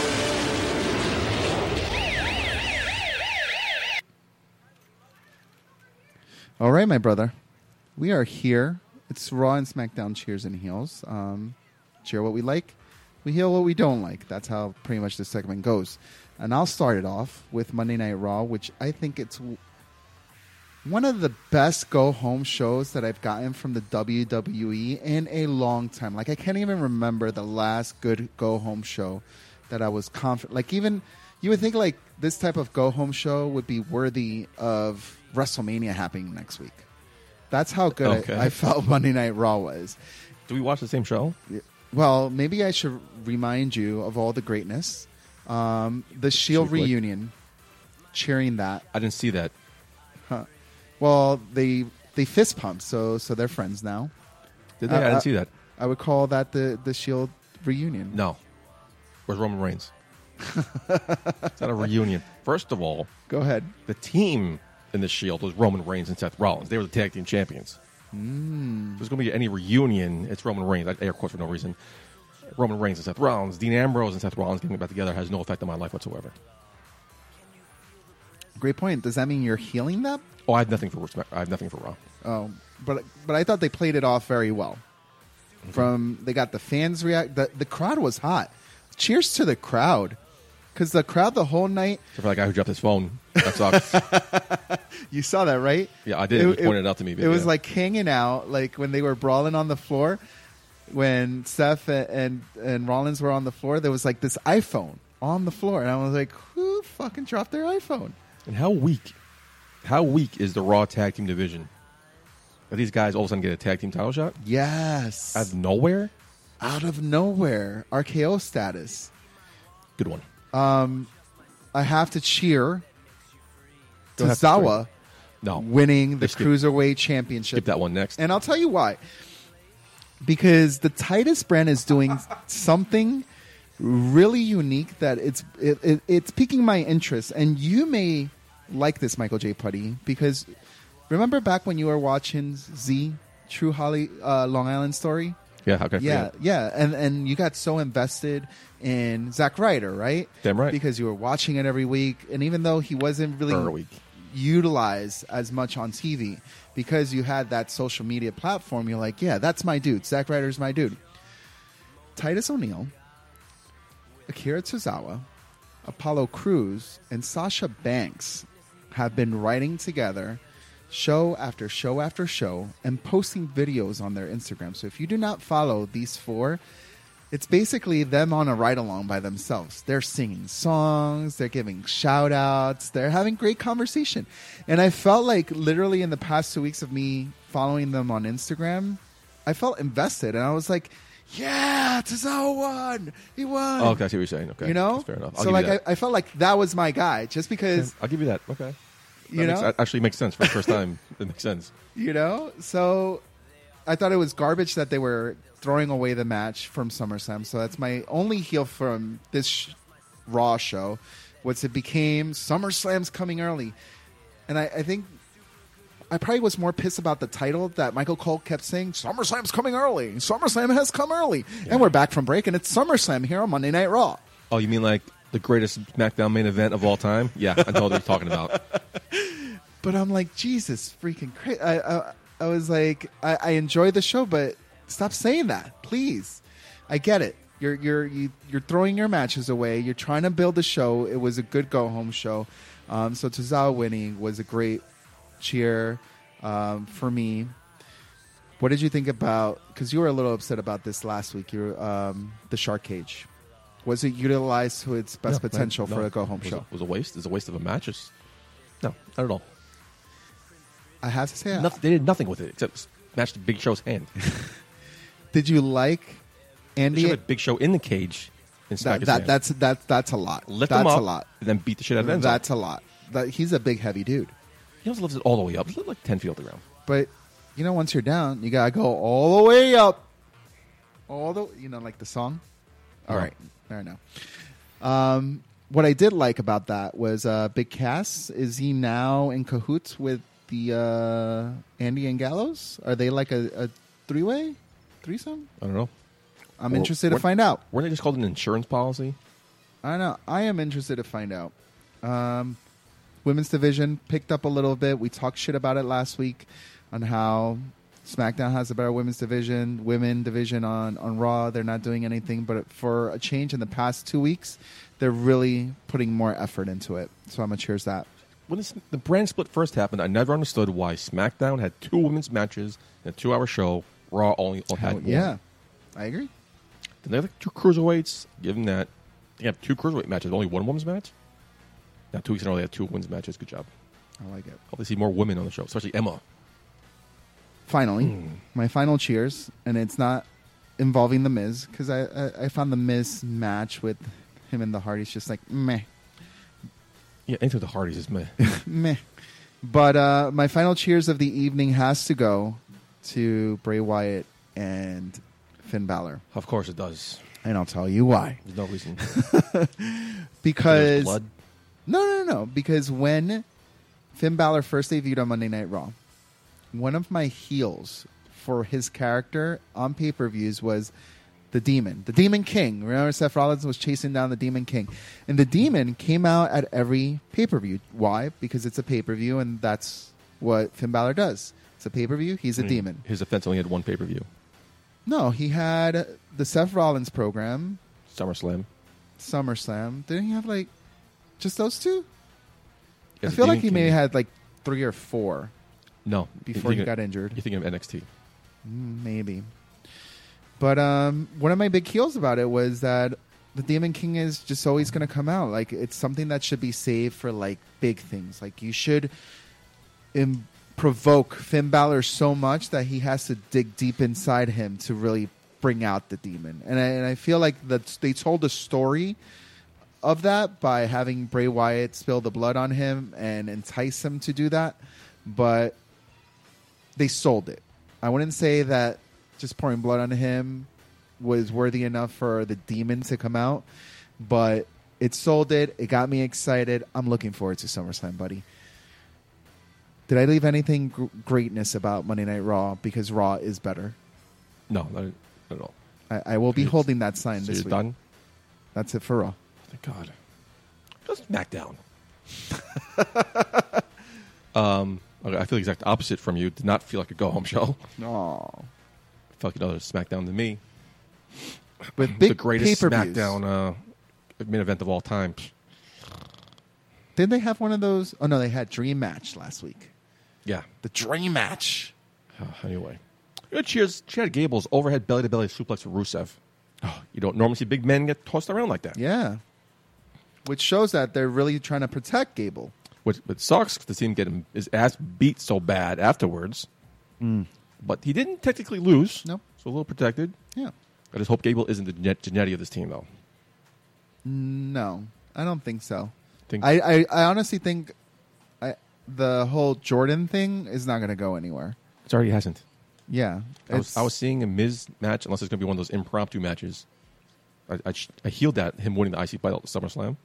All right, my brother. We are here. It's Raw and SmackDown cheers and heels. Um, cheer what we like, we heal what we don't like. That's how pretty much this segment goes. And I'll start it off with Monday Night Raw, which I think it's w- one of the best go home shows that I've gotten from the WWE in a long time. Like I can't even remember the last good go home show that I was confident. Like even you would think like this type of go home show would be worthy of WrestleMania happening next week. That's how good I-
Okay.
I felt *laughs* Monday Night Raw was.
Do we watch the same show?
Well, maybe I should remind you of all the greatness. Um, the Shield
we click?
reunion, cheering that.
I didn't see that.
Well, they they fist pump, so so they're friends now.
Did they?
Uh,
I didn't
uh,
see that.
I would call that the the Shield reunion.
No. Where's Roman Reigns? it's not a reunion. First of all,
Go ahead.
the team in the Shield was Roman Reigns and Seth Rollins. They were the tag team champions.
Hmm.
Mm. There's going to be any reunion. It's Roman Reigns. I air quotes for no reason. Roman Reigns and Seth Rollins, Dean Ambrose and Seth Rollins getting back together has no effect on my life whatsoever.
Great point. Does that mean you're healing them?
Oh, I have nothing for respect. I have nothing for Raw.
Oh, but but I thought they played it off very well.
Mm-hmm.
From they got the fans react. The the crowd was hot. Cheers to the crowd, because the crowd the whole night.
Except for that guy who dropped his phone. That sucks.
You saw that, right?
Yeah, I did. It was pointed out to me,
It
but
was
yeah.
like hanging out, like when they were brawling on the floor, when Seth and, and and Rollins were on the floor. There was like this iPhone on the floor, and I was like, "Who fucking dropped their iPhone?"
*laughs* and how weak, how weak is the Raw tag team division? That these guys all of a sudden get a tag team title shot
Yes,
out of nowhere?
out of nowhere, RKO status.
Good one.
I have to cheer
Don't have to
Tozawa
No.
winning the
Just skip-
cruiserweight championship.
Skip that one next.
And I'll tell you why. Because the Titus brand
*laughs*
is doing something really unique that it's it, it, it's piquing my interest. And you may like this, Michael J. Putty, because remember back when you were watching Z True Holly uh, Long Island Story.
yeah, how can I
Yeah,
forget?
yeah, and and you got so invested in Zack Ryder, right?
Damn right.
Because you were watching it every week, and even though he wasn't really
Per week.
utilized as much on TV, because you had that social media platform, you're like, yeah, that's my dude. Zack Ryder's my dude. Titus O'Neil, Akira Tozawa, Apollo Cruz, and Sasha Banks have been writing together show after show after show and posting videos on their Instagram. So if you do not follow these four, it's basically them on a ride along by themselves. They're singing songs, they're giving shout outs, they're having great conversation. And I felt like literally in the past two weeks of me following them on Instagram, I felt invested and I was like, yeah, Tozawa won. He won.
Oh, okay, I see what you're saying. Okay.
You know?
That's fair enough. I'll
so
give
like
you that.
I, I felt like that was my guy just because
I'll give you that. Okay. *laughs* That
you
makes-
know
that actually makes sense for the first time. *laughs* It makes sense.
you know? So I thought it was garbage that they were throwing away the match from SummerSlam. So that's my only heel from this sh- Raw show. What's it became SummerSlam's coming early. And I, I think I probably was more pissed about the title that Michael Cole kept saying, SummerSlam's coming early. SummerSlam has come early. And we're back from break, and it's SummerSlam here on Monday Night Raw.
Oh, you mean like the greatest SmackDown main event of all time? Yeah, I know what you're talking about.
But I'm like, Jesus freaking crazy. I, I, I was like, I, I enjoy the show, but stop saying that, please. I get it. You're you're you, you're throwing your matches away. You're trying to build a show. It was a good go home show. Um, so Tozawa winning was a great cheer um, for me. What did you think about? Because you were a little upset about this last week. Your um, the shark cage was it utilized to its best
No,
potential
no,
for
no.
a go home
It was
show?
It was a waste. It was a waste of a match. It's, no, not at all.
I have to say, I-
Noth- they did nothing with it except match the Big Show's hand.
did you like
They
Andy?
should have Big Show in the cage and smack
that,
his
that
hand.
that's that that's a lot.
Lift
that's
him up
a lot.
and then beat the shit out of Enzo.
That's a lot. That, he's a big heavy dude.
he also lifts it all the way up. It's like 10 feet off the ground.
But you know, once you're down, you gotta go all the way up. All the you know, like the song. All
No.
right, I know. Um, what I did like about that was uh, Big Cass. Is he now in cahoots with the uh, Andy and Gallows? Are they like a, a three way threesome?
I don't know.
I'm
Well,
interested to
what-
find out.
Weren't they just called an insurance policy?
I don't know. I am interested to find out. Um, women's division picked up a little bit. We talked shit about it last week on how SmackDown has a better women's division. Women division on on Raw, they're not doing anything. But for a change in the past two weeks, they're really putting more effort into it. So I'm gonna cheers that.
When this, the brand split first happened, I never understood why SmackDown had two women's matches in a two-hour show. Raw only had one.
Oh, yeah, I agree.
Then they have like two cruiserweights. Give them that. They have two cruiserweight matches, only one women's match. Now two weeks in a row, they have two women's matches. Good job.
I like it.
Hope they see more women on the show, especially Emma.
finally, my final cheers, and it's not involving the Miz because I, I I found the Miz match with him and the Hardys just like meh
Yeah, anything with the Hardys is meh. *laughs*
meh. But uh, my final cheers of the evening has to go to Bray Wyatt and Finn Balor,
of course it does.
and I'll tell you why.
There's no
*laughs*
reason.
Because
There's blood.
No, no, no, no. Because when Finn Balor first debuted on Monday Night Raw, one of my heels for his character on pay per views was the Demon, the Demon King. Remember, Seth Rollins was chasing down the Demon King, and the Demon came out at every pay per view. Why? Because it's a pay per view, and that's what Finn Balor does. It's a pay per view.
Hmm.
He's a demon.
His offense only had one pay per view.
No, he had the Seth Rollins program,
SummerSlam.
SummerSlam. Didn't he have like just those two?
Yes,
I feel like
Demon
he may
King-
have had like three or four.
no
before he
You're thinking-
got injured.
You're thinking of NXT.
Maybe. But um, one of my big heels about it was that the Demon King is just always going to come out. Like it's something that should be saved for like big things. Like you should Im- provoke Finn Balor so much that he has to dig deep inside him to really bring out the demon. And I, and I feel like that they told the story of that by having Bray Wyatt spill the blood on him and entice him to do that, but they sold it. I wouldn't say that just pouring blood on him was worthy enough for the demon to come out, but it sold it. It got me excited. I'm looking forward to SummerSlam, buddy. Did I leave anything gr- greatness about Monday Night Raw because Raw is better?
No, not, not at all.
I, I will be
It's-
holding that sign
So
this
you're
week.
done?
That's it for Raw.
Thank God. Just
*laughs*
SmackDown. um, okay, I feel the exact opposite from you. Did not feel like a go home *laughs* show.
Oh,
Felt like another SmackDown to me.
with big
the greatest
pay-per-views.
SmackDown uh, main event of all time.
Didn't they have one of those? Oh no, they had Dream Match last week.
Yeah.
The Dream Match.
Uh, anyway, you know, cheers. Chad Gable's overhead belly to belly suplex with Rusev. Oh, you don't normally see big men get tossed around like that.
Yeah, which shows that they're really trying to protect Gable.
Which, which sucks because the team get him his ass beat so bad afterwards. But he didn't technically lose.
Mm. No.
So a little protected.
Yeah.
I just hope Gable isn't the Gen- Genetti of this team, though.
No, I don't think so.
Think-
I, I, I honestly think I, the whole Jordan thing is not going to go anywhere.
It already hasn't.
Yeah,
I was, I was seeing a Miz match, unless it's going to be one of those impromptu matches. I, I, sh- I healed that, him winning the IC title at SummerSlam.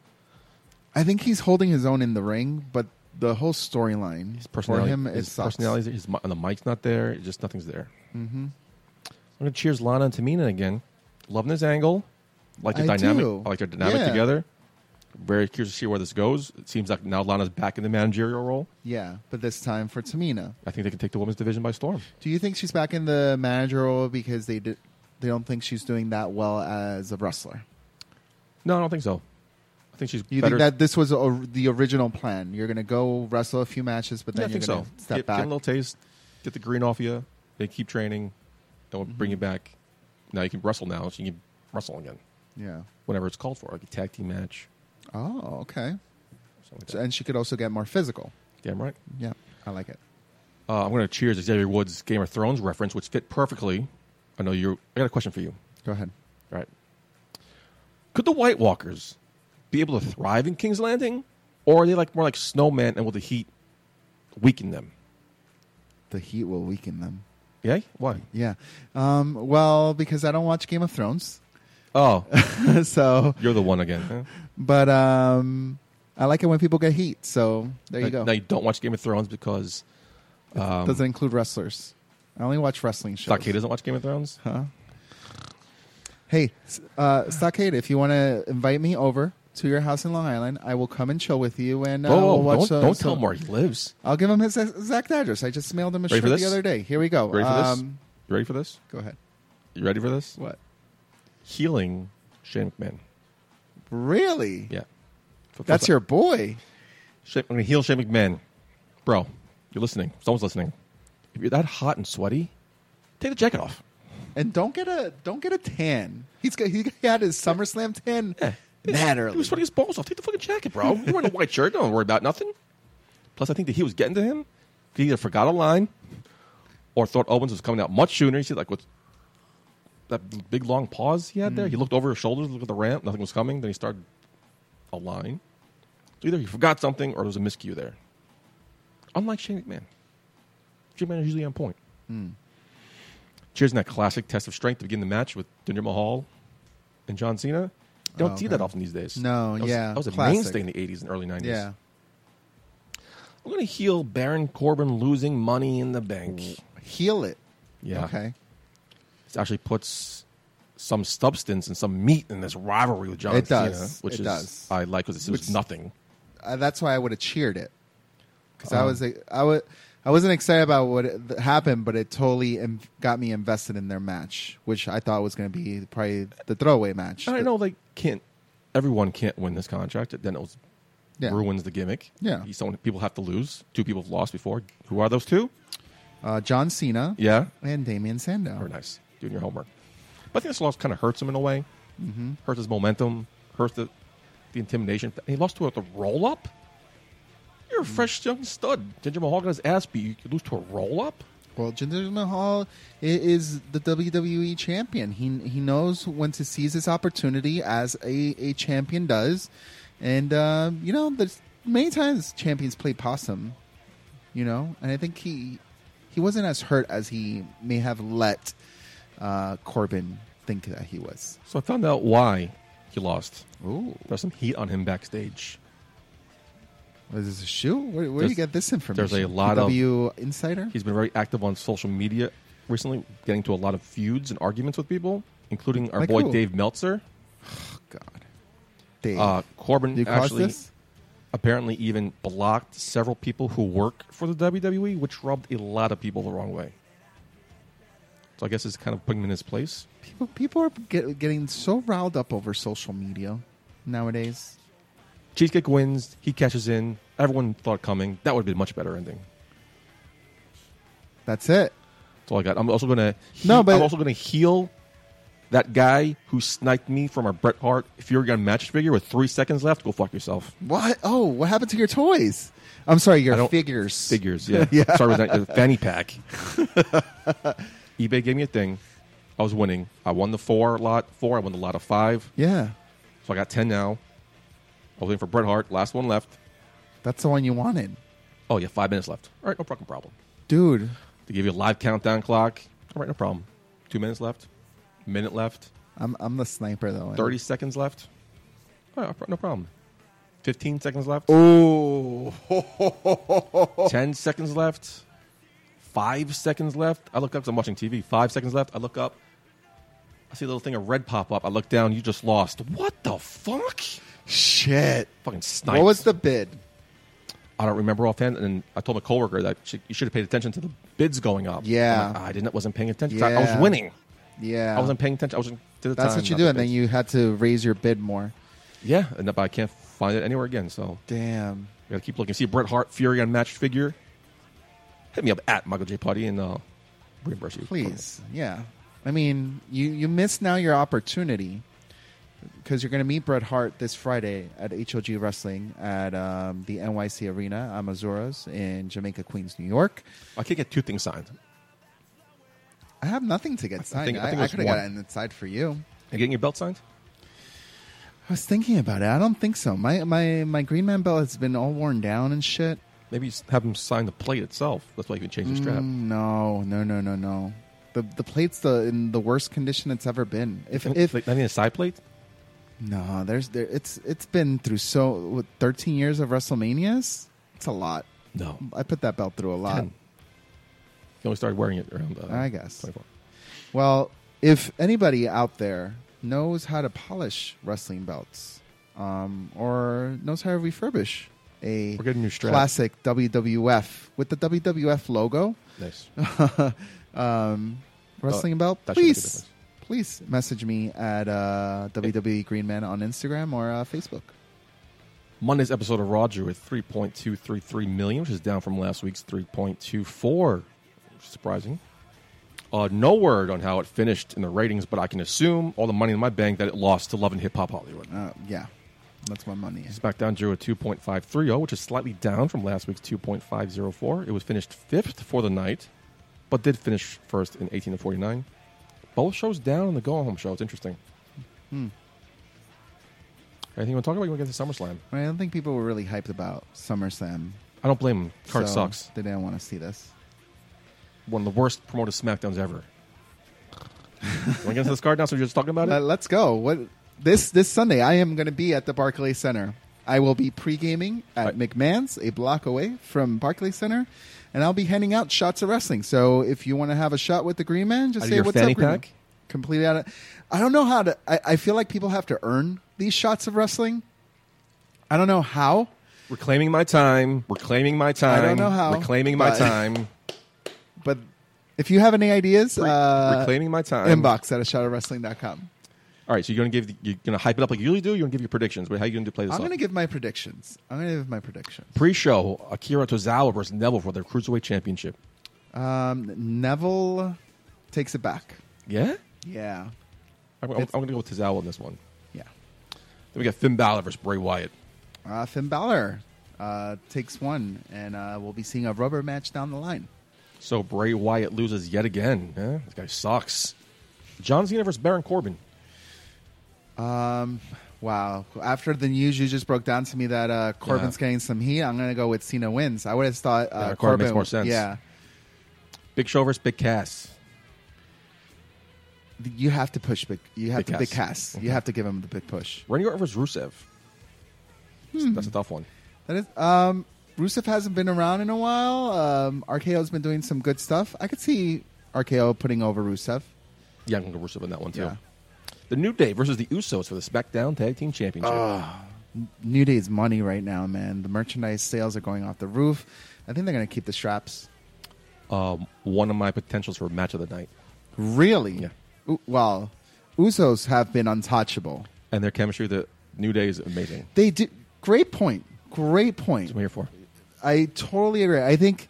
I think he's holding his own in the ring, but the whole storyline
His
for
personality,
him it
his
sucks.
personality, his mi- and the mic's not there. It just nothing's there. Mm-hmm. I'm gonna cheers Lana and Tamina again. Loving this angle, like the
I
dynamic,
do.
I like their dynamic
Yeah.
together. Very curious to see where this goes. It seems like now Lana's back in the managerial role.
Yeah, but this time for Tamina.
I think they can take the women's division by storm.
Do you think she's back in the manager role because they did, they don't think she's doing that well as a wrestler?
No, I don't think so. I think she's
You
better.
think that this was or the original plan? You're going to go wrestle a few matches, but
Yeah,
then
I
you're
think
going
so.
to step
get,
back.
get a little taste, get the green off you. They keep training. They'll
Mm-hmm.
bring you back. Now you can wrestle. Now so you can wrestle again,
yeah.
whenever it's called for, like a tag team match.
Oh, okay.
Something like
So,
that.
and she could also get more physical.
Damn right.
Yeah, I like it.
Uh, I'm going to cheers Xavier Woods' Game of Thrones reference, which fit perfectly. I know you're. I got a question for you.
Go ahead.
All right. Could the White Walkers be able to thrive in King's Landing, or are they like more like snowmen and will the heat weaken them?
The heat will weaken them.
Yeah. Why?
Yeah. Um, well, because I don't watch Game of Thrones, *laughs*
Oh,
so.
you're the one again. huh?
But um, I like it when people get heat. So *laughs* there you
now,
go.
now you don't watch Game of Thrones because
Does it include wrestlers? I only watch wrestling shows.
um, Stockade doesn't watch Game of Thrones.
Hey, s- uh, Stockade, if you want to invite me over to your house in Long Island, I will come and chill with you and uh,
Whoa, whoa,
we'll watch.
don't,
uh,
don't
some-
tell him where he lives.
I'll give him his ex- exact address. I just mailed him a
Ready
shirt
for
the
this?
other day. Here we go.
You ready for this?
Um,
You ready for this?
Go ahead.
You ready for this?
What?
Healing Shane McMahon.
Really?
Yeah.
That's your boy.
Shane, I'm gonna heal Shane McMahon, bro. You're listening. Someone's listening. If you're that hot and sweaty, take the jacket off.
And don't get a don't get a tan. He's got, he had his SummerSlam tan mad
He
early.
was sweating his balls off. Take the fucking jacket, bro. You're wearing a white shirt. Don't worry about nothing. Plus, I think the heat was getting to him. He either forgot a line or thought Owens was coming out much sooner. You see, like, with that big long pause he had there, he looked over his shoulders, looked at the ramp, nothing was coming. Then he started a line. So either he forgot something or there was a miscue there. Unlike Shane McMahon, Shane McMahon is usually on point.
Hmm.
Cheers in that classic test of strength to begin the match with Jinder Mahal and John Cena. You don't see
Oh, Okay.
that often these days.
No,
That was-
yeah,
That was a
classic.
mainstay in the 80s and early 90s.
Yeah.
I'm going to heal Baron Corbin losing money in the bank.
Heal it.
Yeah.
Okay.
It actually puts some substance and some meat in this rivalry with John
It
Cena,
does.
which
It
is
does.
I like because it was
Which-
nothing.
Uh, that's why I would have cheered it because I
Um,
was a- I was I wasn't excited about what it- th- happened, but it totally Im- got me invested in their match, which I thought was going to be probably the throwaway match.
I know they can't. Everyone can't win this contract. Then it was,
Yeah.
ruins the gimmick.
Yeah.
someone people have to lose. Two people have lost before. Who are those two?
Uh, John Cena,
Yeah,
and Damian Sandow.
very nice doing your homework. But I think this loss kind of hurts him in a way. Mm-hmm. Hurts his momentum. Hurts the the intimidation. He lost to a the roll up.
Mm.
You're a fresh young stud. Ginger Mahal got his ass beat. You could lose to a roll up.
Well, Jinder Mahal i- is the WWE champion. He he knows when to seize his opportunity as a, a champion does, and uh, you know there's many times champions play possum, you know, and I think he he wasn't as hurt as he may have let uh, Corbin think that he was.
So I found out why he lost.
Ooh,
There's some heat on him backstage.
was this a shoe? Where, where do you
There's-
get this information?
there's a lot of-
W E Insider.
He's been very active on social media recently, getting to a lot of feuds and arguments with people, including our
Like
boy
who?
Dave Meltzer.
God, Dave,
Uh, Corbin
you caused
actually
this.
apparently even blocked several people who work for the WWE, which rubbed a lot of people the wrong way. So I guess it's kind of putting him in his place.
People, people are get, getting so riled up over social media nowadays.
Cheesecake wins. He catches in. Everyone thought it coming. That would have been a much better ending.
That's it.
That's all I got. I'm also gonna
No, but-
I'm also gonna heal that guy who sniped me from our Bret Hart Fury Gun match figure with three seconds left. Go fuck yourself.
What? Oh, what happened to your toys? I'm sorry,
I
your
don't-
figures. *laughs*
Figures, yeah. Sorry, was that, fanny pack. *laughs* eBay gave me a thing. I was winning. I won the four lot four. I won the lot of five.
Yeah,
So I got ten now. I was waiting for Bret Hart. Last one left.
that's the one you wanted,
Oh yeah, five minutes left. All right, no fucking problem.
dude.
They give you a live countdown clock. All right, no problem. Two minutes left. Minute left.
I'm I'm the sniper though.
30 seconds left. All right, no problem. 15 seconds left.
*laughs* Oh,
10 seconds left. Five seconds left. I look up 'cause I'm watching TV. Five seconds left. I look up. I see a little thing of red pop up. I look down. You just lost. What the fuck?
shit!
Fucking snipe.
What was the bid?
I don't remember offhand. And I told my coworker that she, you should have paid attention to the bids going up.
Yeah.
I'm like, I didn't. Wasn't paying attention. I- I was
Yeah.
winning.
Yeah,
I wasn't paying attention. I wasn't. To the
that's
time,
what you
not
do,
the
and then
bids.
you had to raise your bid more.
Yeah, and but I can't find it anywhere again. So
Damn.
You gotta keep looking. See Bret Hart Fury unmatched figure. Hit me up at Michael J. Putty and uh, reimburse you.
Please, yeah. I mean, you you miss now your opportunity because you're going to meet Bret Hart this Friday at HOG Wrestling at um, the NYC Arena, Amazoras in Jamaica, Queens, New York.
I can't get two things signed.
I have nothing to get signed. I,
think- I think it
I,
was
could have got
one.
it inside for you.
You getting your belt signed?
I was thinking about it. I don't think so. My my my Green Man belt has been all worn down and shit.
Maybe you s- have him sign the plate itself. That's why you can change the strap.
Mm, No, no, no, no, no. The the plate's the in the worst condition it's ever been. If
If,
if
like, I need a side plate.
No, there's there. It's it's been through so what, 13 years of WrestleManias. It's a lot.
No,
Mm, I put that belt through a lot.
Ten. He only started wearing it around. Uh,
uh, I guess.
24.
Well, if anybody out there knows how to polish wrestling belts um, or knows how to refurbish a
We're getting new strap.
classic WWF with the WWF
Uh,
logo,
Nice.
um, wrestling belt,
that should make a
please,
difference.
please message me at uh, WWE Green Man on Instagram or uh, Facebook.
Monday's episode of Raw drew at 3.233 million, which is down from last week's 3.24. Surprising. Uh, no word on how it finished in the ratings, but I can assume all the money in my bank that it lost to Love and Hip Hop Hollywood.
Uh, yeah, that's my money. is.
SmackDown drew a 2.530, oh, which is slightly down from last week's 2.504. It was finished fifth for the night, but did finish first in 18 to 49. Both shows down on the go home show. It's interesting. Anything you want to talk about? You want to get to SummerSlam?
I don't think people were really hyped about SummerSlam.
I don't blame them. Card
so
sucks.
They didn't want to see this.
One of the worst promoted SmackDowns ever. you want to get into this card now so you're just talking about
Let,
it?
let's go. What this this Sunday? I am going to be at the Barclay Center. I will be pre-gaming at
Right.
McMahon's, a block away from Barclay Center, and I'll be handing out shots of wrestling. So if you want to have a shot with the Green Man, just
Out of
say
your
what's
fanny
up, Green Man."
pack?
Completely out of. I don't know how to. I, I feel like people have to earn these shots of wrestling. I don't know how.
Reclaiming my time. Reclaiming my time.
know how,
Reclaiming my
but-
time.
But if you have any ideas, uh,
reclaiming my time.
inbox at a shotofwrestling.com.
All right, so you're gonna give the, you're gonna hype it up like you usually do. You're gonna give your predictions, but how you gonna do play this?
I'm
off?
going to give my predictions. I'm going to give my predictions.
pre-show Akira Tozawa versus Neville for their cruiserweight championship.
Um, Neville takes it back.
Yeah,
Yeah.
I'm, I'm, I'm gonna go with Tozawa in this one.
Yeah.
Then we got Finn Balor versus Bray Wyatt.
Uh, Finn Balor uh, takes one, and uh, we'll be seeing a rubber match down the line.
So Bray Wyatt loses yet again. Yeah, this guy sucks. John Cena versus Baron Corbin.
Um, wow. After the news you just broke down to me that uh, Corbin's
Yeah.
getting some heat, I'm going to go with Cena wins. I would have thought uh,
Yeah, Corbin
Corbin
makes more sense.
Yeah.
Big Show versus Big Cass.
You have to push big. You have
Big
to big
Cass.
cast. You have to give him the big push.
Randy Orton versus Rusev. That's a tough one.
That is. Um, Rusev hasn't been around in a while. Um, RKO's been doing some good stuff. I could see RKO putting over Rusev.
Yeah, I'm gonna go Rusev in that one too.
Yeah.
The New Day versus the Usos for the SmackDown Tag Team Championship.
New Day's money right now, man. The merchandise sales are going off the roof. I think they're going to keep the straps.
um, one of my potentials for match of the night,
Really?
Yeah.
U- well, Usos have been untouchable.
and their chemistry. The New Day is amazing.
They do. Great point. Great
That's
point.
what I'm here for.
I totally agree. I think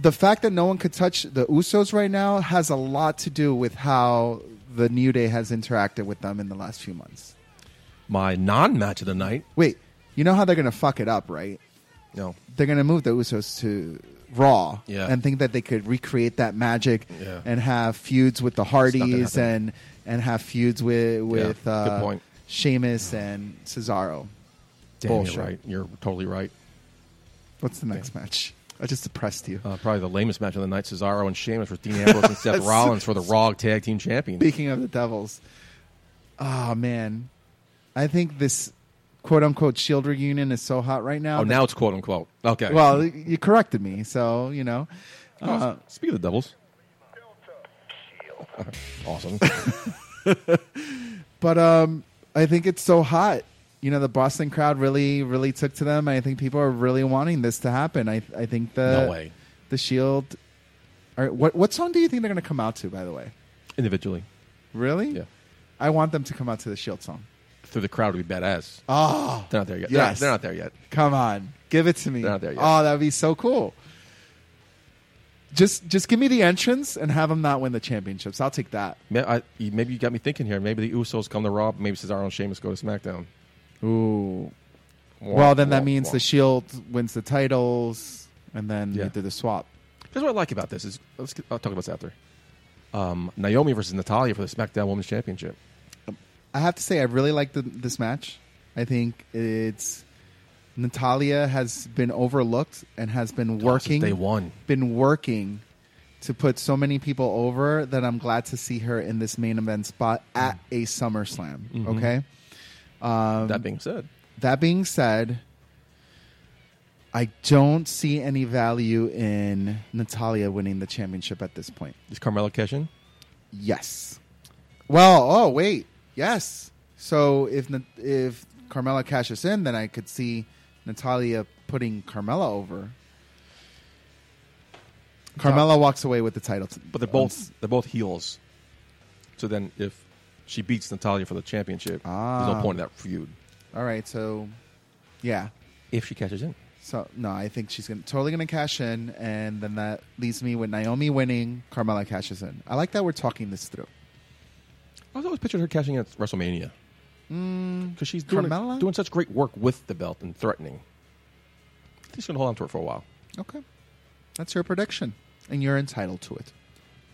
the fact that no one could touch the Usos right now has a lot to do with how the New Day has interacted with them in the last few months.
My non-match of the night.
Wait, you know how they're going to fuck it up, right?
No,
they're going to move the Usos to Raw
Yeah.
and think that they could recreate that magic
Yeah.
and have feuds with the
It's
Hardys
not gonna
and and have feuds with with
good
uh,
point.
Sheamus and Cesaro.
Damn,
Bullshit.
you're right. You're totally right.
What's the next match? I just depressed you.
Uh, probably the lamest match of the night: Cesaro and Sheamus with Dean Ambrose and Seth Rollins for the Raw Tag Team Champion.
Speaking of the Devils, oh man, I think this quote unquote Shield reunion is so hot right now.
Oh,
that-
now it's quote unquote. Okay.
well, uh-huh. you corrected me, so you know. Uh,
Oh, speaking of the Devils, *laughs* awesome.
But um, I think it's so hot. You know, the Boston crowd really, really took to them. I think people are really wanting this to happen. I, I think the
No way.
the Shield. All right, what what song do you think they're going to come out to? By the way,
Individually,
really?
yeah,
I want them to come out to the Shield song.
through the crowd would be badass.
Oh,
They're not there yet.
Yes.
They're, not, they're not there yet.
come on, give it to me.
They're not Ah, there yet.
Oh, that would be so cool. Just just give me the entrance and have them not win the championships. I'll take that.
May- I- you- Maybe you got me thinking here. Maybe the Usos come to Raw. Maybe Cesaro and Sheamus go to SmackDown.
Ooh,
Wah,
Well, then
wah,
that means
wah.
the Shield wins the titles, and then
Yeah.
they do the swap.
Here's what I like about this is let's get, I'll talk about this after. Um, Naomi versus Natalia for the SmackDown Women's Championship.
I have to say, I really like the, this match. I think it's Natalia has been overlooked and has been working.
day one.
been working to put so many people over that I'm glad to see her in this main event spot at a SummerSlam.
Mm-hmm.
Okay.
that being said,
That being said, I don't see any value in Natalia winning the championship at this point.
Is Carmelo cash in?
Yes. Well, oh wait, yes. So if Na- if Carmella cashes in, then I could see Natalia putting Carmella over. Carmella walks away with the title, Um, t-
But they're both they're both heels. So then, if she beats Natalia for the championship, there's
Ah.
no point in that feud.
All right, so yeah.
If she catches in,
So no, I think she's gonna totally gonna cash in, and then that leaves me with Naomi winning. Carmella cashes in. I like that we're talking this through.
I was always picturing her cashing in at WrestleMania because she's doing,
Mm, Carmella?
doing such great work with the belt and threatening. I think she's gonna hold on to it for a while.
Okay, that's your prediction, and you're entitled to it.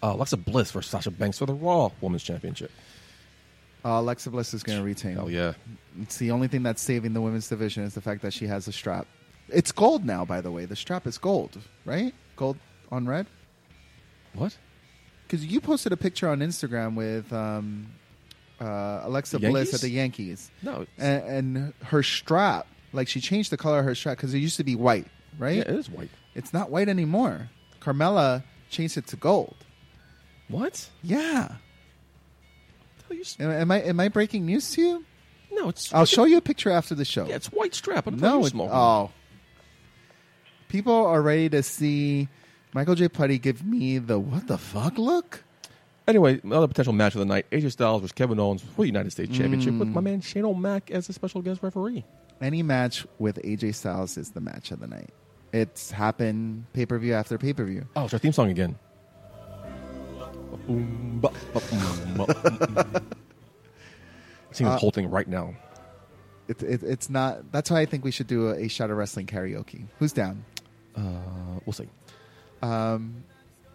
Uh, Alexa Bliss versus Sasha Banks for the Raw Women's Championship.
Uh, Alexa Bliss is gonna retain.
Hell yeah!
It's the only thing that's saving the women's division is the fact that she has a strap. It's gold now, by the way. The strap is gold, right? Gold on red.
What?
Because you posted a picture on Instagram with um, uh, Alexa
The
Bliss
Yankees?
at the Yankees.
No, it's-
and, and her strap, like she changed the color of her strap because it used to be white, right?
Yeah, it is white.
It's not white anymore. Carmella changed it to gold.
What?
Yeah.
How you s-
Am, am I am I breaking news to you?
No, it's.
I'll show you a picture after the show.
Yeah, it's white strap. What the fuck
No,
you
it,
smoking?
oh. People are ready to see Michael J. Putty give me the what the fuck look.
Anyway, another potential match of the night: AJ Styles versus Kevin Owens for the United States Championship
Mm.
with my man Shane O'Mac as a special guest referee.
Any match with AJ Styles is the match of the night. It's happened pay per view after pay per view.
Oh, it's our theme song *laughs* again. Sing the whole thing right now.
It, it, it's not. That's why I think we should do a, a shot of wrestling karaoke. Who's down?
Uh, we'll see.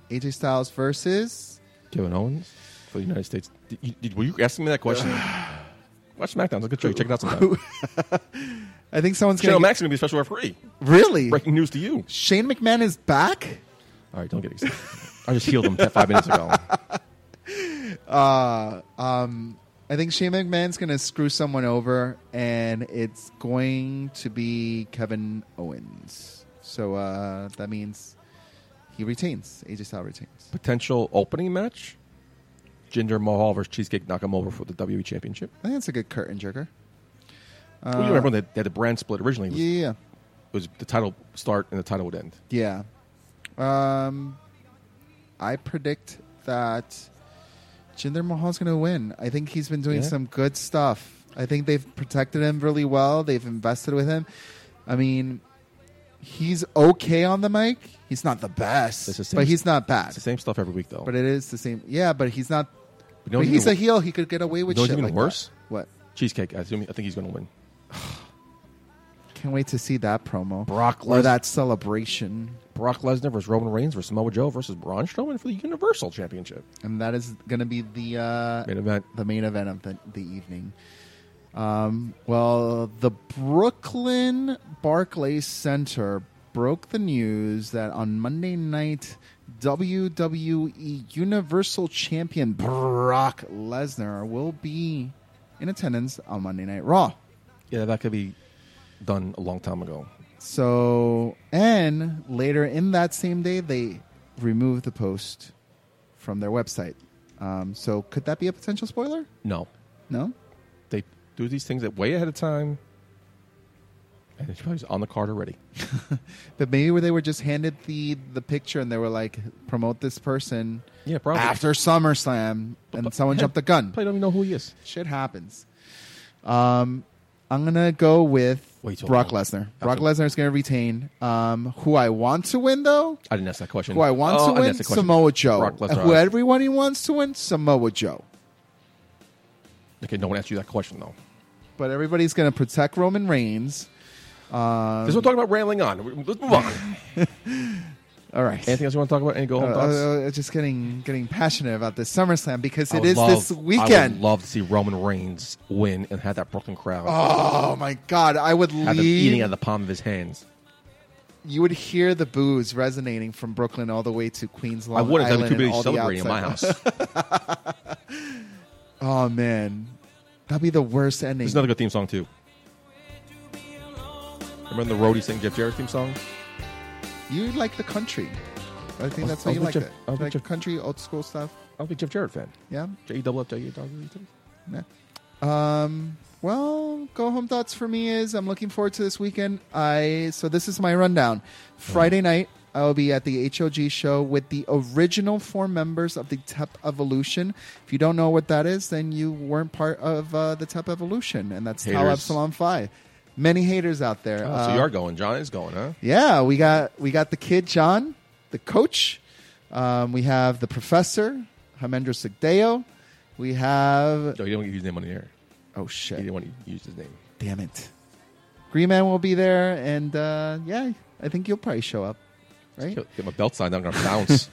AJ Styles versus.
Kevin Owens for the United States. Did you, did, were you asking me that *sighs* question? Watch SmackDown. It's a good show. You Check it out *laughs* sometime.
I think someone's
Shane
going
O'Mac's going to be a special referee.
really.
Breaking news to you.
Shane McMahon is back.
All right, don't get excited. *laughs* I just healed him five minutes ago. *laughs*
Uh, um, I think Shane McMahon's going to screw someone over, and it's going to be Kevin Owens. So uh, that means he retains. AJ Styles retains.
Potential opening match: Ginger Mahal versus Cheesecake Nakamura for the WWE Championship.
I think that's a good curtain jerker. Uh,
well, you remember that they had the brand split originally. It was,
Yeah,
it was the title start and the title would end.
yeah. Um, I predict that Jinder Mahal's going to win. I think he's been doing
Yeah.
some good stuff. I think they've protected him really well. They've invested with him. I mean, he's okay on the mic. He's not the best,
It's the same-
but he's not bad.
It's the same stuff every week, though.
But it is the same. Yeah, but he's not.
But no,
but
you
he's
know-
a heel. He could get away with
No,
shit.
it's even
like
worse.
that. What?
Cheesecake. I, assume, I think he's going to win.
Can't wait to see that promo.
Brock
or
Les-
that celebration,
Brock Lesnar versus Roman Reigns versus Samoa Joe versus Braun Strowman for the Universal Championship.
and that is going to be the uh,
Main event.
the main event of the, the evening. Um, well, the Brooklyn Barclays Center broke the news that on Monday night, WWE Universal Champion Brock Lesnar will be in attendance on Monday Night Raw.
Yeah, that could be done a long time ago.
So, and later in that same day, they removed the post from their website. Um, so, could that be a potential spoiler?
No.
No?
They do these things at way ahead of time, and it's probably on the card already.
But maybe where they were just handed the the picture and they were like, promote this person
Yeah, probably.
after SummerSlam, and
*laughs*
someone jumped the gun.
Probably don't even know who he is.
Shit happens. Um, I'm gonna go with
Wait till
Brock
long.
Lesnar. Brock
After-
Lesnar is gonna retain. Um, who I want to win though?
I didn't ask that question.
Who I
Oh,
want
I
to
didn't
win?
ask that question.
Samoa Joe.
Brock Lesnar.
Who everyone he wants to win? Samoa Joe.
okay, no one asked you that question though.
But everybody's gonna protect Roman Reigns. Um,
this is what we're talking about rambling on. We- Let's
*laughs*
move on.
All right.
Anything else you want to talk about? Any go home thoughts?
Uh, uh, just getting getting passionate about this SummerSlam because
I
it
would
is
love-
this
I would
weekend.
love to see Roman Reigns win and have that Brooklyn crowd
Oh my god, I would
have them eating
leave.
out of the palm of his hands.
you would hear the booze resonating from Brooklyn all the way to Queens Long
I wouldn't have
Island
been too
and
busy
all the
celebrating in my
outside-
house.
*laughs* Oh man, that'd be the worst ending.
There's another good theme song too. Remember the roadie sang Jeff Jarrett's theme song?
You like the country. I think
I'll-
that's why
I'll
you
put
like
Jeff-
it.
I'll put
Like
Jeff-
country, old school stuff.
I was a big Jeff Jarrett fan.
Yeah.
J E double F J E W E.
Nah. Um, well, go home thoughts for me is I'm looking forward to this weekend. I so this is my rundown.
Oh.
Friday night I will be at the HOG show with the original four members of the TEP Evolution. If you don't know what that is, then you weren't part of uh, the TEP Evolution, and that's Tau
Haters.
Epsilon Phi. Many haters out there.
Oh,
Uh,
so you are going. John is going, huh?
yeah, we got we got the kid John, the coach. Um, we have the professor Hamendra Sigdeo. We have
No, you don't give his name on the air.
oh
You
shit.
didn't want to use his name.
Damn it. Green Man will be there, and uh, yeah, I think you'll probably show up, right?
Get my belt signed. I'm gonna
*laughs*
bounce.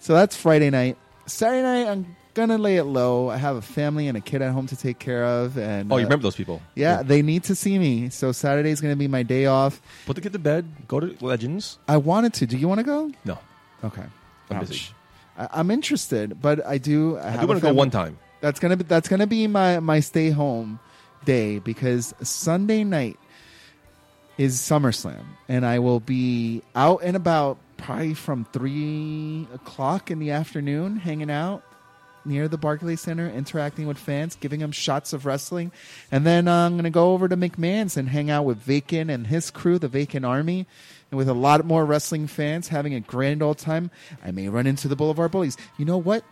So that's Friday night. Saturday night, I'm gonna lay it low. I have a family and a kid at home to take care of, and
oh, you
uh,
remember those people?
Yeah, they need to see me. So Saturday's gonna be my day off.
Put the kid to bed. Go to Legends.
I wanted to. Do you want to go?
No,
Okay.
I'm
Ouch.
busy.
I- I'm interested, but I do. I,
I
have
do
a
want to go
family-
one time.
That's gonna be that's gonna be my my stay home day because Sunday night is SummerSlam, and I will be out and about probably from three o'clock in the afternoon, hanging out near the Barclays Center, interacting with fans, giving them shots of wrestling, and then uh, I'm gonna go over to McMahon's and hang out with Vacant and his crew, the Vacant Army. And with a lot more wrestling fans having a grand old time, I may run into the Boulevard Bullies. You know what?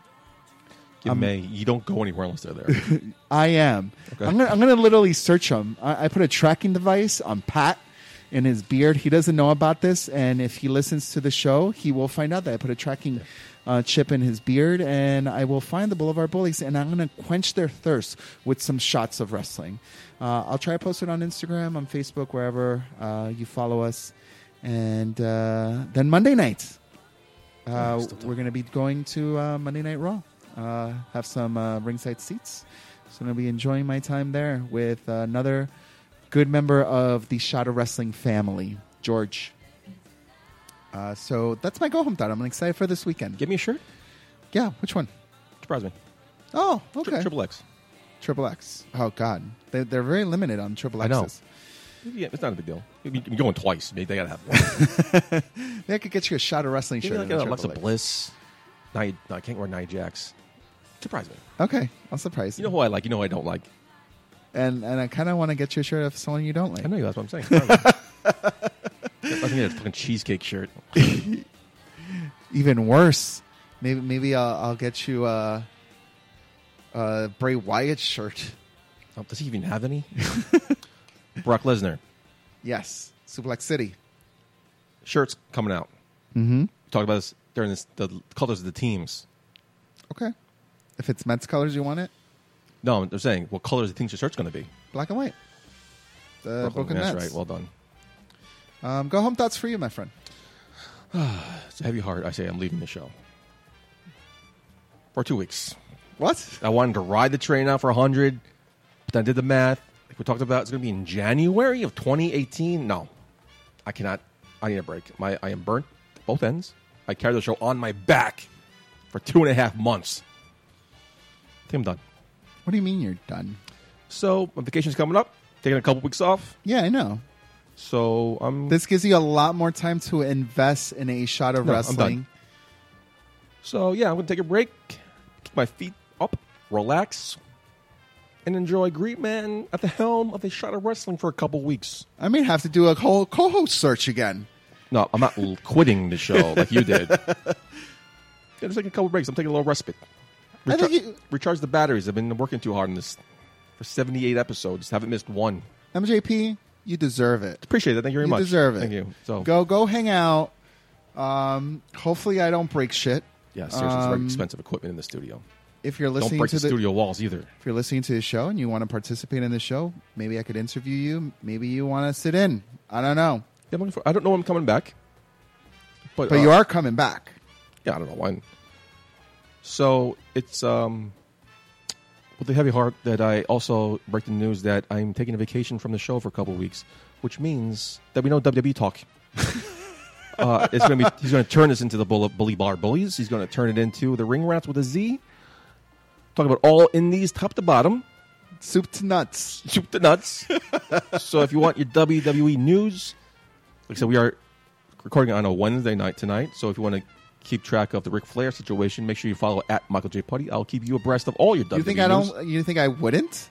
You may. You don't go anywhere unless they're
*laughs*
there.
I am.
Okay.
I'm gonna I'm gonna literally search him. I, I put a tracking device on Pat in his beard. He doesn't know about this, and if he listens to the show, he will find out that I put a tracking uh, chip in his beard, and I will find the Boulevard Bullies, and I'm gonna quench their thirst with some shots of wrestling. Uh, I'll try to post it on Instagram, on Facebook, wherever uh, you follow us, and uh, then Monday night. Uh, we're going to be going to uh, Monday Night Raw. Uh, have some uh, ringside seats. So I'm going to be enjoying my time there with uh, another good member of the Shadow Wrestling family, George. Uh, so that's my go home thought. I'm excited for this weekend.
Give me a shirt.
Yeah, which one?
Surprise me.
Oh,
Tri-
okay.
Triple X.
Triple X. Oh, God. They, they're very limited on Triple
I know.
X's.
Yeah, it's not a big deal. You're going twice. Maybe They *laughs* gotta have one.
They could get you a Shadow Wrestling
Maybe
shirt.
like
and a
a Alexa
Triple X.
Bliss. Nia, no, I can't wear Nia Jax. Surprise me.
Okay, I'll surprise
You
you.
know who I like. You know who I don't like.
and, and I kind of want to get you a shirt of someone you don't like.
I know you. That's what I'm saying. *laughs* I think it's a fucking cheesecake shirt.
even worse. Maybe maybe I'll, I'll get you a, a Bray Wyatt shirt.
Oh, does he even have any? Brock Lesnar
Yes, Suplex City.
shirts coming out. Mm-hmm. We talked about this during this, the colors of the teams.
Okay, if it's Mets colors, you want it
No, they're saying what colors the teams your shirt's going to be.
black and white. The
Brooklyn,
Brooklyn
that's
Nets.
right. Well done.
um, go home thoughts for you, my friend.
It's a heavy heart. I say I'm leaving the show for two weeks.
What?
I wanted to ride the train out for 100, but then I did the math. Like we talked about, it's going to be in January of 2018. No, I cannot. I need a break. My I am burnt both ends. I carry the show on my back for two and a half months. I think I'm done.
What do you mean you're done?
So my vacation's coming up. Taking a couple weeks off.
Yeah, I know.
So I'm
This gives you a lot more time to invest in a shot of
No, I'm
wrestling.
done. So yeah, I'm gonna take a break, kick my feet up, relax, and enjoy Green Man at the helm of the shot of wrestling for a couple weeks.
I may have to do a whole co-host search again.
No, I'm not l- quitting the show like you *laughs* did. Yeah, just take a couple breaks. I'm taking a little respite.
I think
Recha-
you-
recharge the batteries. I've been working too hard on this for 78 episodes. Haven't missed one.
MJP, you deserve it.
Appreciate that. Thank you very
you
much.
deserve it.
Thank you. So
go go hang out. Um, hopefully, I don't break shit.
Yeah, seriously, it's
Um,
very expensive equipment in the studio.
If you're
Don't
listening
break
to
the,
the
studio walls either.
if you're listening to the show and you want to participate in the show, maybe I could interview you. Maybe you want to sit in. I don't know,
Yeah, I'm looking for, I don't know when I'm coming back, but
but
uh,
you are coming back.
yeah, I don't know when. So it's um, with a heavy heart that I also break the news that I'm taking a vacation from the show for a couple of weeks, which means that we know WWE talk. uh, it's gonna be he's gonna turn this into the bully, bully bar bullies. He's gonna turn it into the ring rats with a Z. Talk about all in these top to bottom.
Soup to nuts.
Soup the nuts. *laughs* so if you want your WWE news, like I said, we are recording on a Wednesday night tonight. So if you want to keep track of the Ric Flair situation, make sure you follow at Michael J. Putty. I'll keep you abreast of all your WWE
You think I
news.
don't? You think I wouldn't?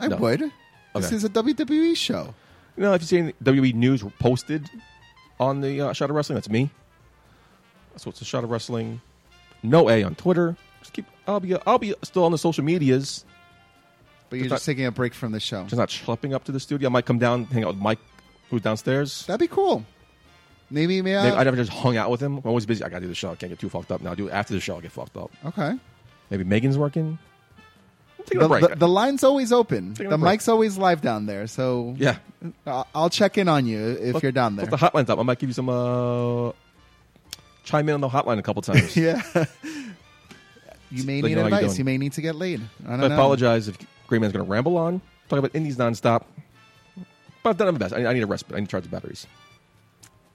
I
No.
would. This
Okay.
is a WWE show.
No, if you see any WWE news posted on the uh, Shot of Wrestling, that's me. That's what's the Shot of Wrestling. No A on Twitter. Just keep. I'll be. uh, I'll be still on the social medias.
But you're
It's not-
just taking a break from the show.
Just not schlepping up to the studio. I might come down, hang out with Mike, who's downstairs.
That'd be cool. Maybe, may
Maybe I
I?
never just hung out with him. I'm always busy. I gotta do the show. I can't get too fucked up now. I'll do it after the show. I'll get fucked up.
Okay.
Maybe Megan's working. I'm taking
The,
a break.
the, the line's always open.
Taking a
The
break.
mic's always live down there. So
yeah.
I- I'll check in on you if you're down there.
Put the hotline's up. I might give you some. uh Chime in on the hotline a couple times.
*laughs* yeah. you may
Let me
need
know how you're
advice.
doing.
You may need to get laid. I don't
I
know.
apologize if Gray Man's going to ramble on, talk about indies nonstop. But I've done my best. I, I need a respite. I need to charge the batteries.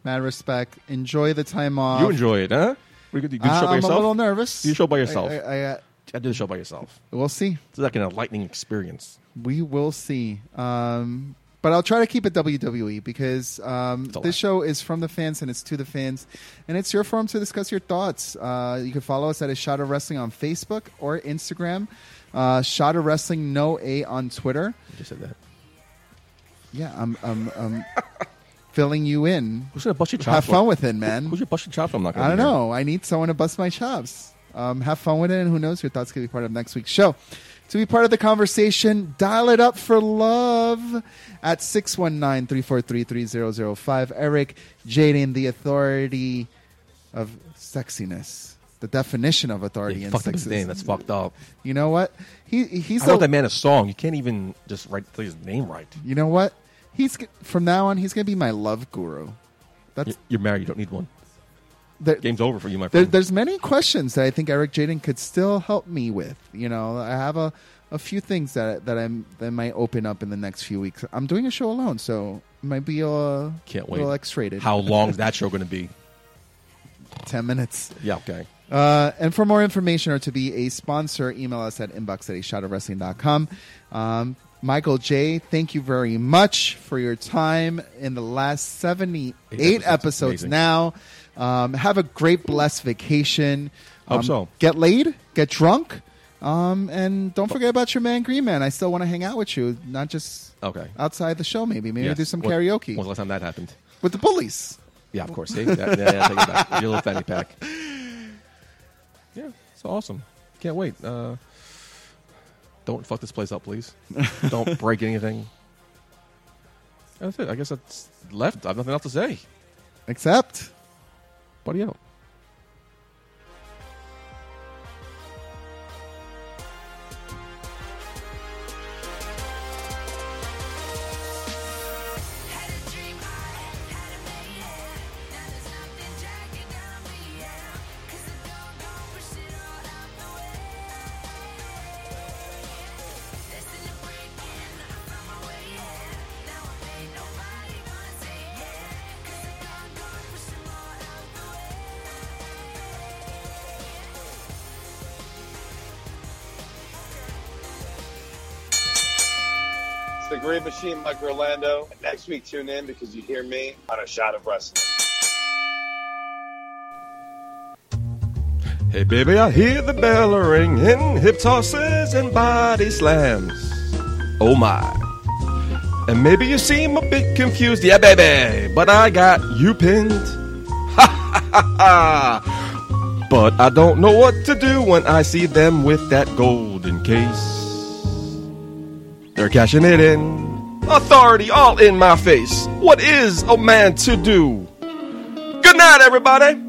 Mad respect. Enjoy the time off.
you enjoy it, huh? What do you do? You do the
I-
show by
I'm a little
yourself?
nervous.
Do the show by yourself.
I, I, I, uh,
I do the show by yourself.
we'll see.
It's like an enlightening experience.
We will see. Um, but I'll try to keep it WWE because um,
a lot.
this show is from the fans and it's to the fans. And it's your forum to discuss your thoughts. Uh, you can follow us at A Shot of Wrestling on Facebook or Instagram. Uh, Shot of Wrestling No A on Twitter.
I just said that.
Yeah, I'm, I'm,
*laughs*
I'm filling you in.
Who's going to bust your chops?
Have fun
Who-
with it, man.
Who's your bust your chops? I'm not going
I don't know. I need someone to bust my chops. Um, have fun with it, and who knows, your thoughts could be part of next week's show. To be part of the conversation, dial it up for love at 619 343 3005. Eric Jaden, the authority of sexiness. The definition of authority
Yeah,
and
fucked up his
sexiness.
name. That's fucked up.
You know what? He he's
I wrote
a-
that man a song. You can't even just write play his name right.
you know what? He's g- from now on he's gonna be my love guru.
You-
That's
You're married. You don't need one.
there-
Game's over for you, my
there,
friend.
there's many questions that I think Eric Jaden could still help me with. You know, I have a, a few things that that I'm that might open up in the next few weeks. I'm doing a show alone, so it might be a
Can't wait.
little X-rated.
How long's that show going to be?
ten minutes?
Yeah, okay.
Uh, and for more information or to be a sponsor, email us at inbox at a shot of wrestling.com. Um, Michael J, thank you very much for your time in the last 78
Eight
episodes,
episodes. Amazing.
now. Um, have a great, blessed vacation.
Hope
Um,
so.
Get laid, get drunk, um, and don't forget about your man Green Man. I still want to hang out with you, not just
Okay.
outside the show, maybe. Maybe
Uh, Yes.
do some
When-
karaoke
When was the last time that happened?
with the bullies.
Yeah, of
*laughs*
course. See? That- yeah, yeah, take it back. Your little fanny pack. *laughs* Yeah, it's awesome. Can't wait. Uh, don't fuck this place up,
*laughs*
please. Don't break anything. That's it. I guess that's left. I have nothing else to say.
Except.
Buddy out.
Had a dream I had a man. Now there's nothing dragging down me out. 'Cause the dog gon' push it all out the way. Listen to breaking, I found my way. Yeah. Now I ain't nobody gonna say yeah. 'Cause the dog gon' push it all out the way.
It's the Great Machine, Mike Orlando. Next week, tune in because you hear me on a shot of wrestling.
Hey, baby, I hear the bell ringing, hip tosses and body slams. Oh, my. And maybe you seem a bit confused, yeah, baby, but I got you pinned. *laughs* Ha ha ha ha! But I don't know what to do when I see them with that golden case. They're cashing it in. Authority all in my face. What is a man to do? Good night, everybody!